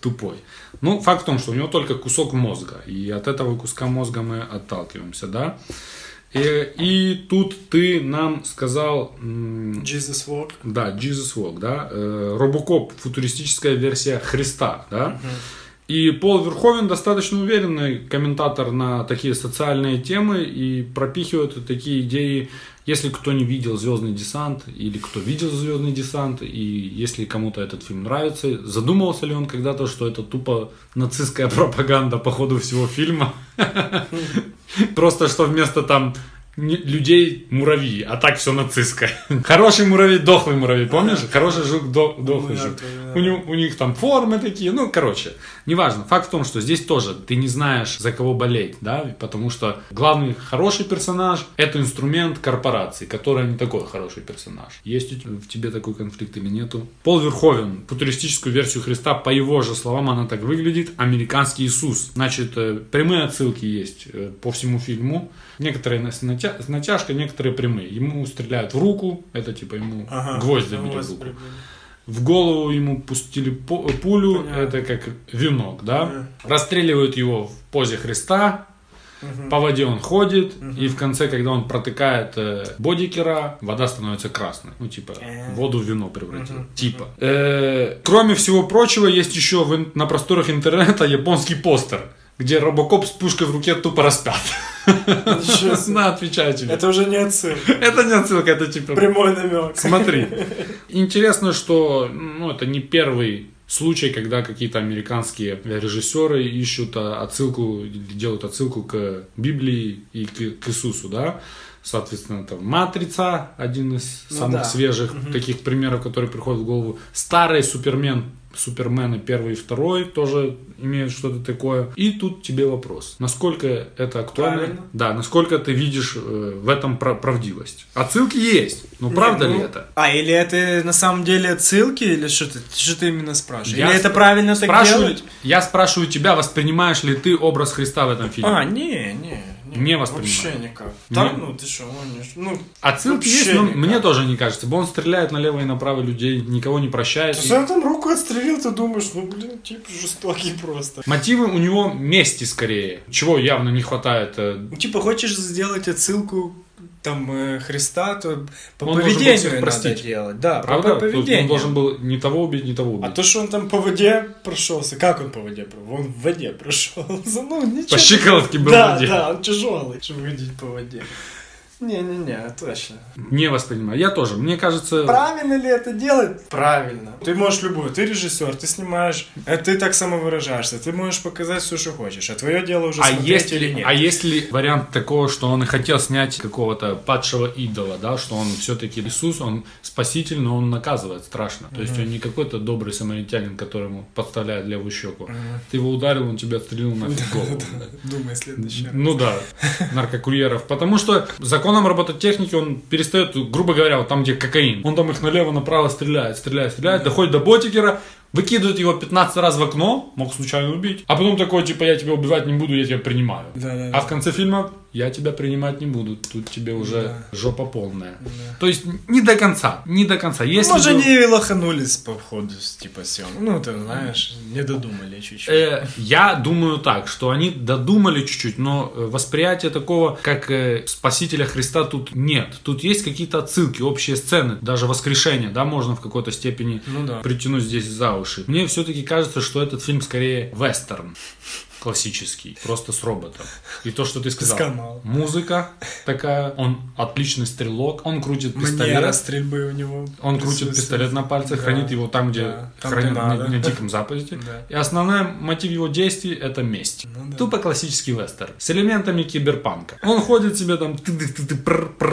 Speaker 9: тупой. Ну, факт в том, что у него только кусок мозга. И от этого куска мозга мы отталкиваемся, да? И, и тут ты нам сказал, м,
Speaker 10: Jesus Walk.
Speaker 9: да, Jesus Walk, да? э, Робокоп, футуристическая версия Христа, да? И Пол Верховен достаточно уверенный комментатор на такие социальные темы и пропихивает такие идеи, если кто не видел Звездный десант или кто видел Звездный десант, и если кому-то этот фильм нравится, задумывался ли он когда-то, что это тупо нацистская пропаганда по ходу всего фильма? Просто что вместо там не- людей муравьи, а так все нацистское. Хороший муравей, дохлый муравей, помнишь? Хороший жук, до- дохлый жук. У, него- у них там формы такие, ну, короче, неважно. Факт в том, что здесь тоже ты не знаешь, за кого болеть, да, потому что главный хороший персонаж – это инструмент корпорации, которая не такой хороший персонаж. Есть у т- в тебе такой конфликт или нету? Пол Верховен, футуристическую версию Христа, по его же словам, она так выглядит, американский Иисус. Значит, э, прямые отсылки есть э, по всему фильму. Некоторые на- с натя- с натяжкой, некоторые прямые. Ему стреляют в руку, это типа ему
Speaker 10: Ага.
Speaker 9: гвозди
Speaker 10: Ну,
Speaker 9: били в
Speaker 10: вас
Speaker 9: руку.
Speaker 10: прибили.
Speaker 9: В голову ему пустили по- пулю,
Speaker 10: Понятно.
Speaker 9: это как венок, да? Расстреливают его в позе Христа, по воде он ходит, и в конце, когда он протыкает э, бодикера, вода становится красной. Ну, типа, воду в вино превратил. Типа. Э, кроме всего прочего, есть еще в ин- на просторах интернета японский постер, где робокоп с пушкой в руке тупо распят.
Speaker 10: Ничего себе.
Speaker 9: На, отвечаю тебе.
Speaker 10: Это уже не отсыл.
Speaker 9: Это не отсылка, это типа
Speaker 10: Прямой намек.
Speaker 9: Смотри. Интересно, что ну, это не первый случай, когда какие-то американские режиссеры ищут а, отсылку, или делают отсылку к Библии и к, к Иисусу, да? Соответственно, там «Матрица» один из
Speaker 10: Ну
Speaker 9: самых
Speaker 10: да.
Speaker 9: свежих таких примеров, которые приходят в голову. Старый «Супермен», «Супермены» первый и второй тоже имеют что-то такое. И тут тебе вопрос. Насколько это актуально?
Speaker 10: Правильно.
Speaker 9: Да, насколько ты видишь э, в этом прав- правдивость? Отсылки есть, но правда
Speaker 10: Ну,
Speaker 9: ли это?
Speaker 10: А, или это на самом деле отсылки, или что ты, что ты именно спрашиваешь?
Speaker 9: Я
Speaker 10: или это правильно ну, так
Speaker 9: Спрашиваю-
Speaker 10: делать?
Speaker 9: я спрашиваю тебя, воспринимаешь ли ты образ Христа в этом фильме?
Speaker 10: А, не, не.
Speaker 9: Не воспринимаю.
Speaker 10: Вообще никак.
Speaker 9: Не.
Speaker 10: Там, ну ты что, ну, не ж- ну,
Speaker 9: Отсылки
Speaker 10: вообще
Speaker 9: есть, но
Speaker 10: никак.
Speaker 9: мне тоже не кажется. Бо он стреляет налево и направо людей, никого не прощает.
Speaker 10: Ты
Speaker 9: И
Speaker 10: сам там руку отстрелил, ты думаешь, ну блин, тип жестокий просто.
Speaker 9: Мотивы у него мести скорее, чего явно не хватает. э,
Speaker 10: Ну, типа, хочешь сделать отсылку там э, Христа, то по
Speaker 9: Он должен был всех
Speaker 10: поведению надо
Speaker 9: простить.
Speaker 10: делать. Да, по-
Speaker 9: Правда?
Speaker 10: по
Speaker 9: То есть Он
Speaker 10: поведению.
Speaker 9: должен был не того убить, не того
Speaker 10: А
Speaker 9: убить.
Speaker 10: то, что он там по воде прошелся, как он по воде прошел? Он в воде прошелся, ну ничего.
Speaker 9: По щиколотке был
Speaker 10: да,
Speaker 9: в воде.
Speaker 10: Да, он тяжелый, чтобы ходить по воде. Не-не-не, точно.
Speaker 9: Не воспринимаю. Я тоже. Мне кажется,
Speaker 10: Правильно ли это делать? Правильно. Ты можешь любую, ты режиссер, ты снимаешь, э, ты так самовыражаешься, ты можешь показать все, что хочешь, а твое дело уже
Speaker 9: а
Speaker 10: смотреть
Speaker 9: есть,
Speaker 10: или
Speaker 9: ли,
Speaker 10: нет.
Speaker 9: а есть ли вариант такого, что он и хотел снять какого-то падшего идола, да, что он все-таки Иисус, он спаситель, но он наказывает страшно. То есть он не какой-то добрый самаритянин, которому подставляет левую щеку. Ты его ударил, он тебя отстрелил на голову.
Speaker 10: Думай следующее.
Speaker 9: Ну да, наркокурьеров. Потому что законом робототехники он перестает, грубо говоря, вот там, где кокаин. Он там их налево-направо стреляет, стреляет, стреляет, доходит до ботикера, выкидывает его 15 раз в окно, мог случайно убить. А потом такой, типа, я тебя убивать не буду, я тебя принимаю.
Speaker 10: Да-да-да.
Speaker 9: А в конце фильма я тебя принимать не буду, тут тебе уже жопа полная. То есть не до конца, не до конца. Если
Speaker 10: Может,
Speaker 9: бы-
Speaker 10: они лоханулись по ходу, типа, съемок. Ну, ты знаешь, не додумали чуть-чуть.
Speaker 9: Э, я думаю так, что они додумали чуть-чуть, но э, восприятия такого, как э, Спасителя Христа, тут нет. Тут есть какие-то отсылки, общие сцены, даже воскрешение, да, можно в какой-то степени
Speaker 10: Ну да.
Speaker 9: притянуть здесь за уши. Мне все-таки кажется, что этот фильм скорее вестерн. классический, просто с роботом. И то, что ты сказал.
Speaker 10: Скамал.
Speaker 9: Музыка такая, он отличный стрелок, он крутит пистолет.
Speaker 10: Манера стрельбы у него.
Speaker 9: Он крутит
Speaker 10: присутствует.
Speaker 9: пистолет на пальце,
Speaker 10: Да.
Speaker 9: хранит его там, где
Speaker 10: Да. Там,
Speaker 9: хранят
Speaker 10: где
Speaker 9: на,
Speaker 10: надо.
Speaker 9: на Диком Западе.
Speaker 10: Да.
Speaker 9: И основной мотив его действий это месть.
Speaker 10: Ну да.
Speaker 9: Тупо классический вестерн с элементами киберпанка. Он ходит себе там ты-ты-ты-ты,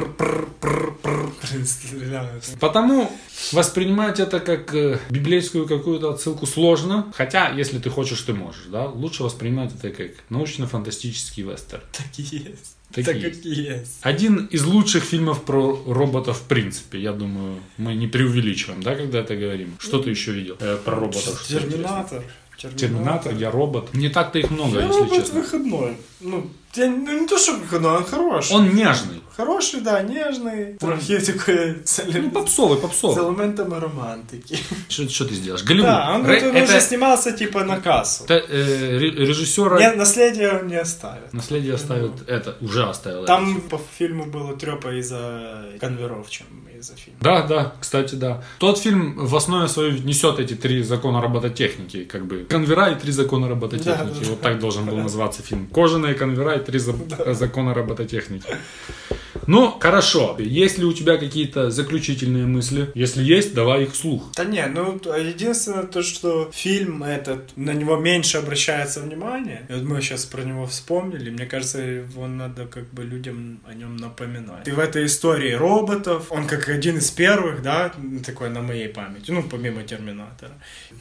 Speaker 9: пр-пр-пр-пр-пр.
Speaker 10: Блин, стреляют.
Speaker 9: Потому воспринимать это как э, библейскую какую-то отсылку сложно. Хотя, если ты хочешь, ты можешь, да. Лучше воспринимать это как научно-фантастический вестерн.
Speaker 10: Так и есть.
Speaker 9: Так
Speaker 10: так
Speaker 9: и
Speaker 10: как и есть.
Speaker 9: Один из лучших фильмов про роботов в принципе. Я думаю, мы не преувеличиваем, да, когда это говорим. Что ты еще видел э, про роботов? что интересно?
Speaker 10: Терминатор.
Speaker 9: Терминатор, я робот. Не так-то их много,
Speaker 10: Я
Speaker 9: если
Speaker 10: робот
Speaker 9: честно.
Speaker 10: выходной. Ну, я не- ну, не то, что выходной, он хороший.
Speaker 9: Он нежный.
Speaker 10: Хороший, да, нежный. Трохи такой с эле-
Speaker 9: Ну, попсовый,
Speaker 10: с
Speaker 9: попсовый.
Speaker 10: элементом романтики.
Speaker 9: Что, что ты сделаешь? Голливуд.
Speaker 10: Да, он
Speaker 9: Ре-
Speaker 10: тут
Speaker 9: это
Speaker 10: уже снимался типа на кассу.
Speaker 9: это, э, ре- режиссера
Speaker 10: Нет, наследие он не оставит.
Speaker 9: наследие оставит это. Уже оставил. это.
Speaker 10: Там по фильму было трепа из-за конверов, чем из-за фильма.
Speaker 9: Да, да, кстати, да. Тот фильм в основе своей несет эти три закона робототехники, как бы. Конвера и три закона робототехники.
Speaker 10: Да, да,
Speaker 9: вот
Speaker 10: да.
Speaker 9: так должен был называться фильм. Кожаные конвера и три за- закона робототехники. Ну, хорошо. Есть ли у тебя какие-то заключительные мысли? Если есть, давай их вслух.
Speaker 10: Да не, ну т- единственное то, что фильм этот, на него меньше обращается внимание. И вот мы сейчас про него вспомнили. Мне кажется, его надо как бы людям о нем напоминать. И в этой истории роботов, он как один из первых, да, такой на моей памяти, ну помимо Терминатора.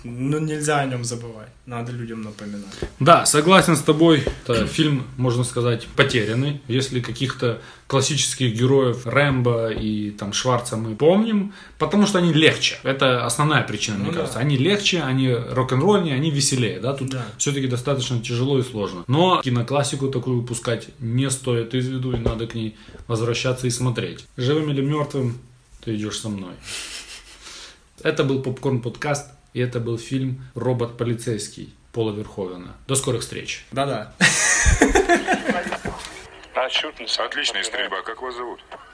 Speaker 10: Ну нельзя о нем забывать, надо людям напоминать.
Speaker 9: Да, согласен с тобой. Это фильм, можно сказать, потерянный. Если каких-то классических героев Рэмбо и там Шварца мы помним, потому что они легче. Это основная причина, мне
Speaker 10: Ну
Speaker 9: кажется.
Speaker 10: да.
Speaker 9: Они легче, они рок-н-ролльнее, они веселее. Да, тут
Speaker 10: Да.
Speaker 9: все-таки достаточно тяжело и сложно. Но киноклассику такую упускать не стоит из виду, и надо к ней возвращаться и смотреть. Живым или мертвым, ты идешь со мной. Это был Попкорн Подкаст, и это был фильм «Робот полицейский» Пола Верховена. До скорых встреч!
Speaker 10: Да-да.
Speaker 8: Отличная стрельба. Как вас зовут?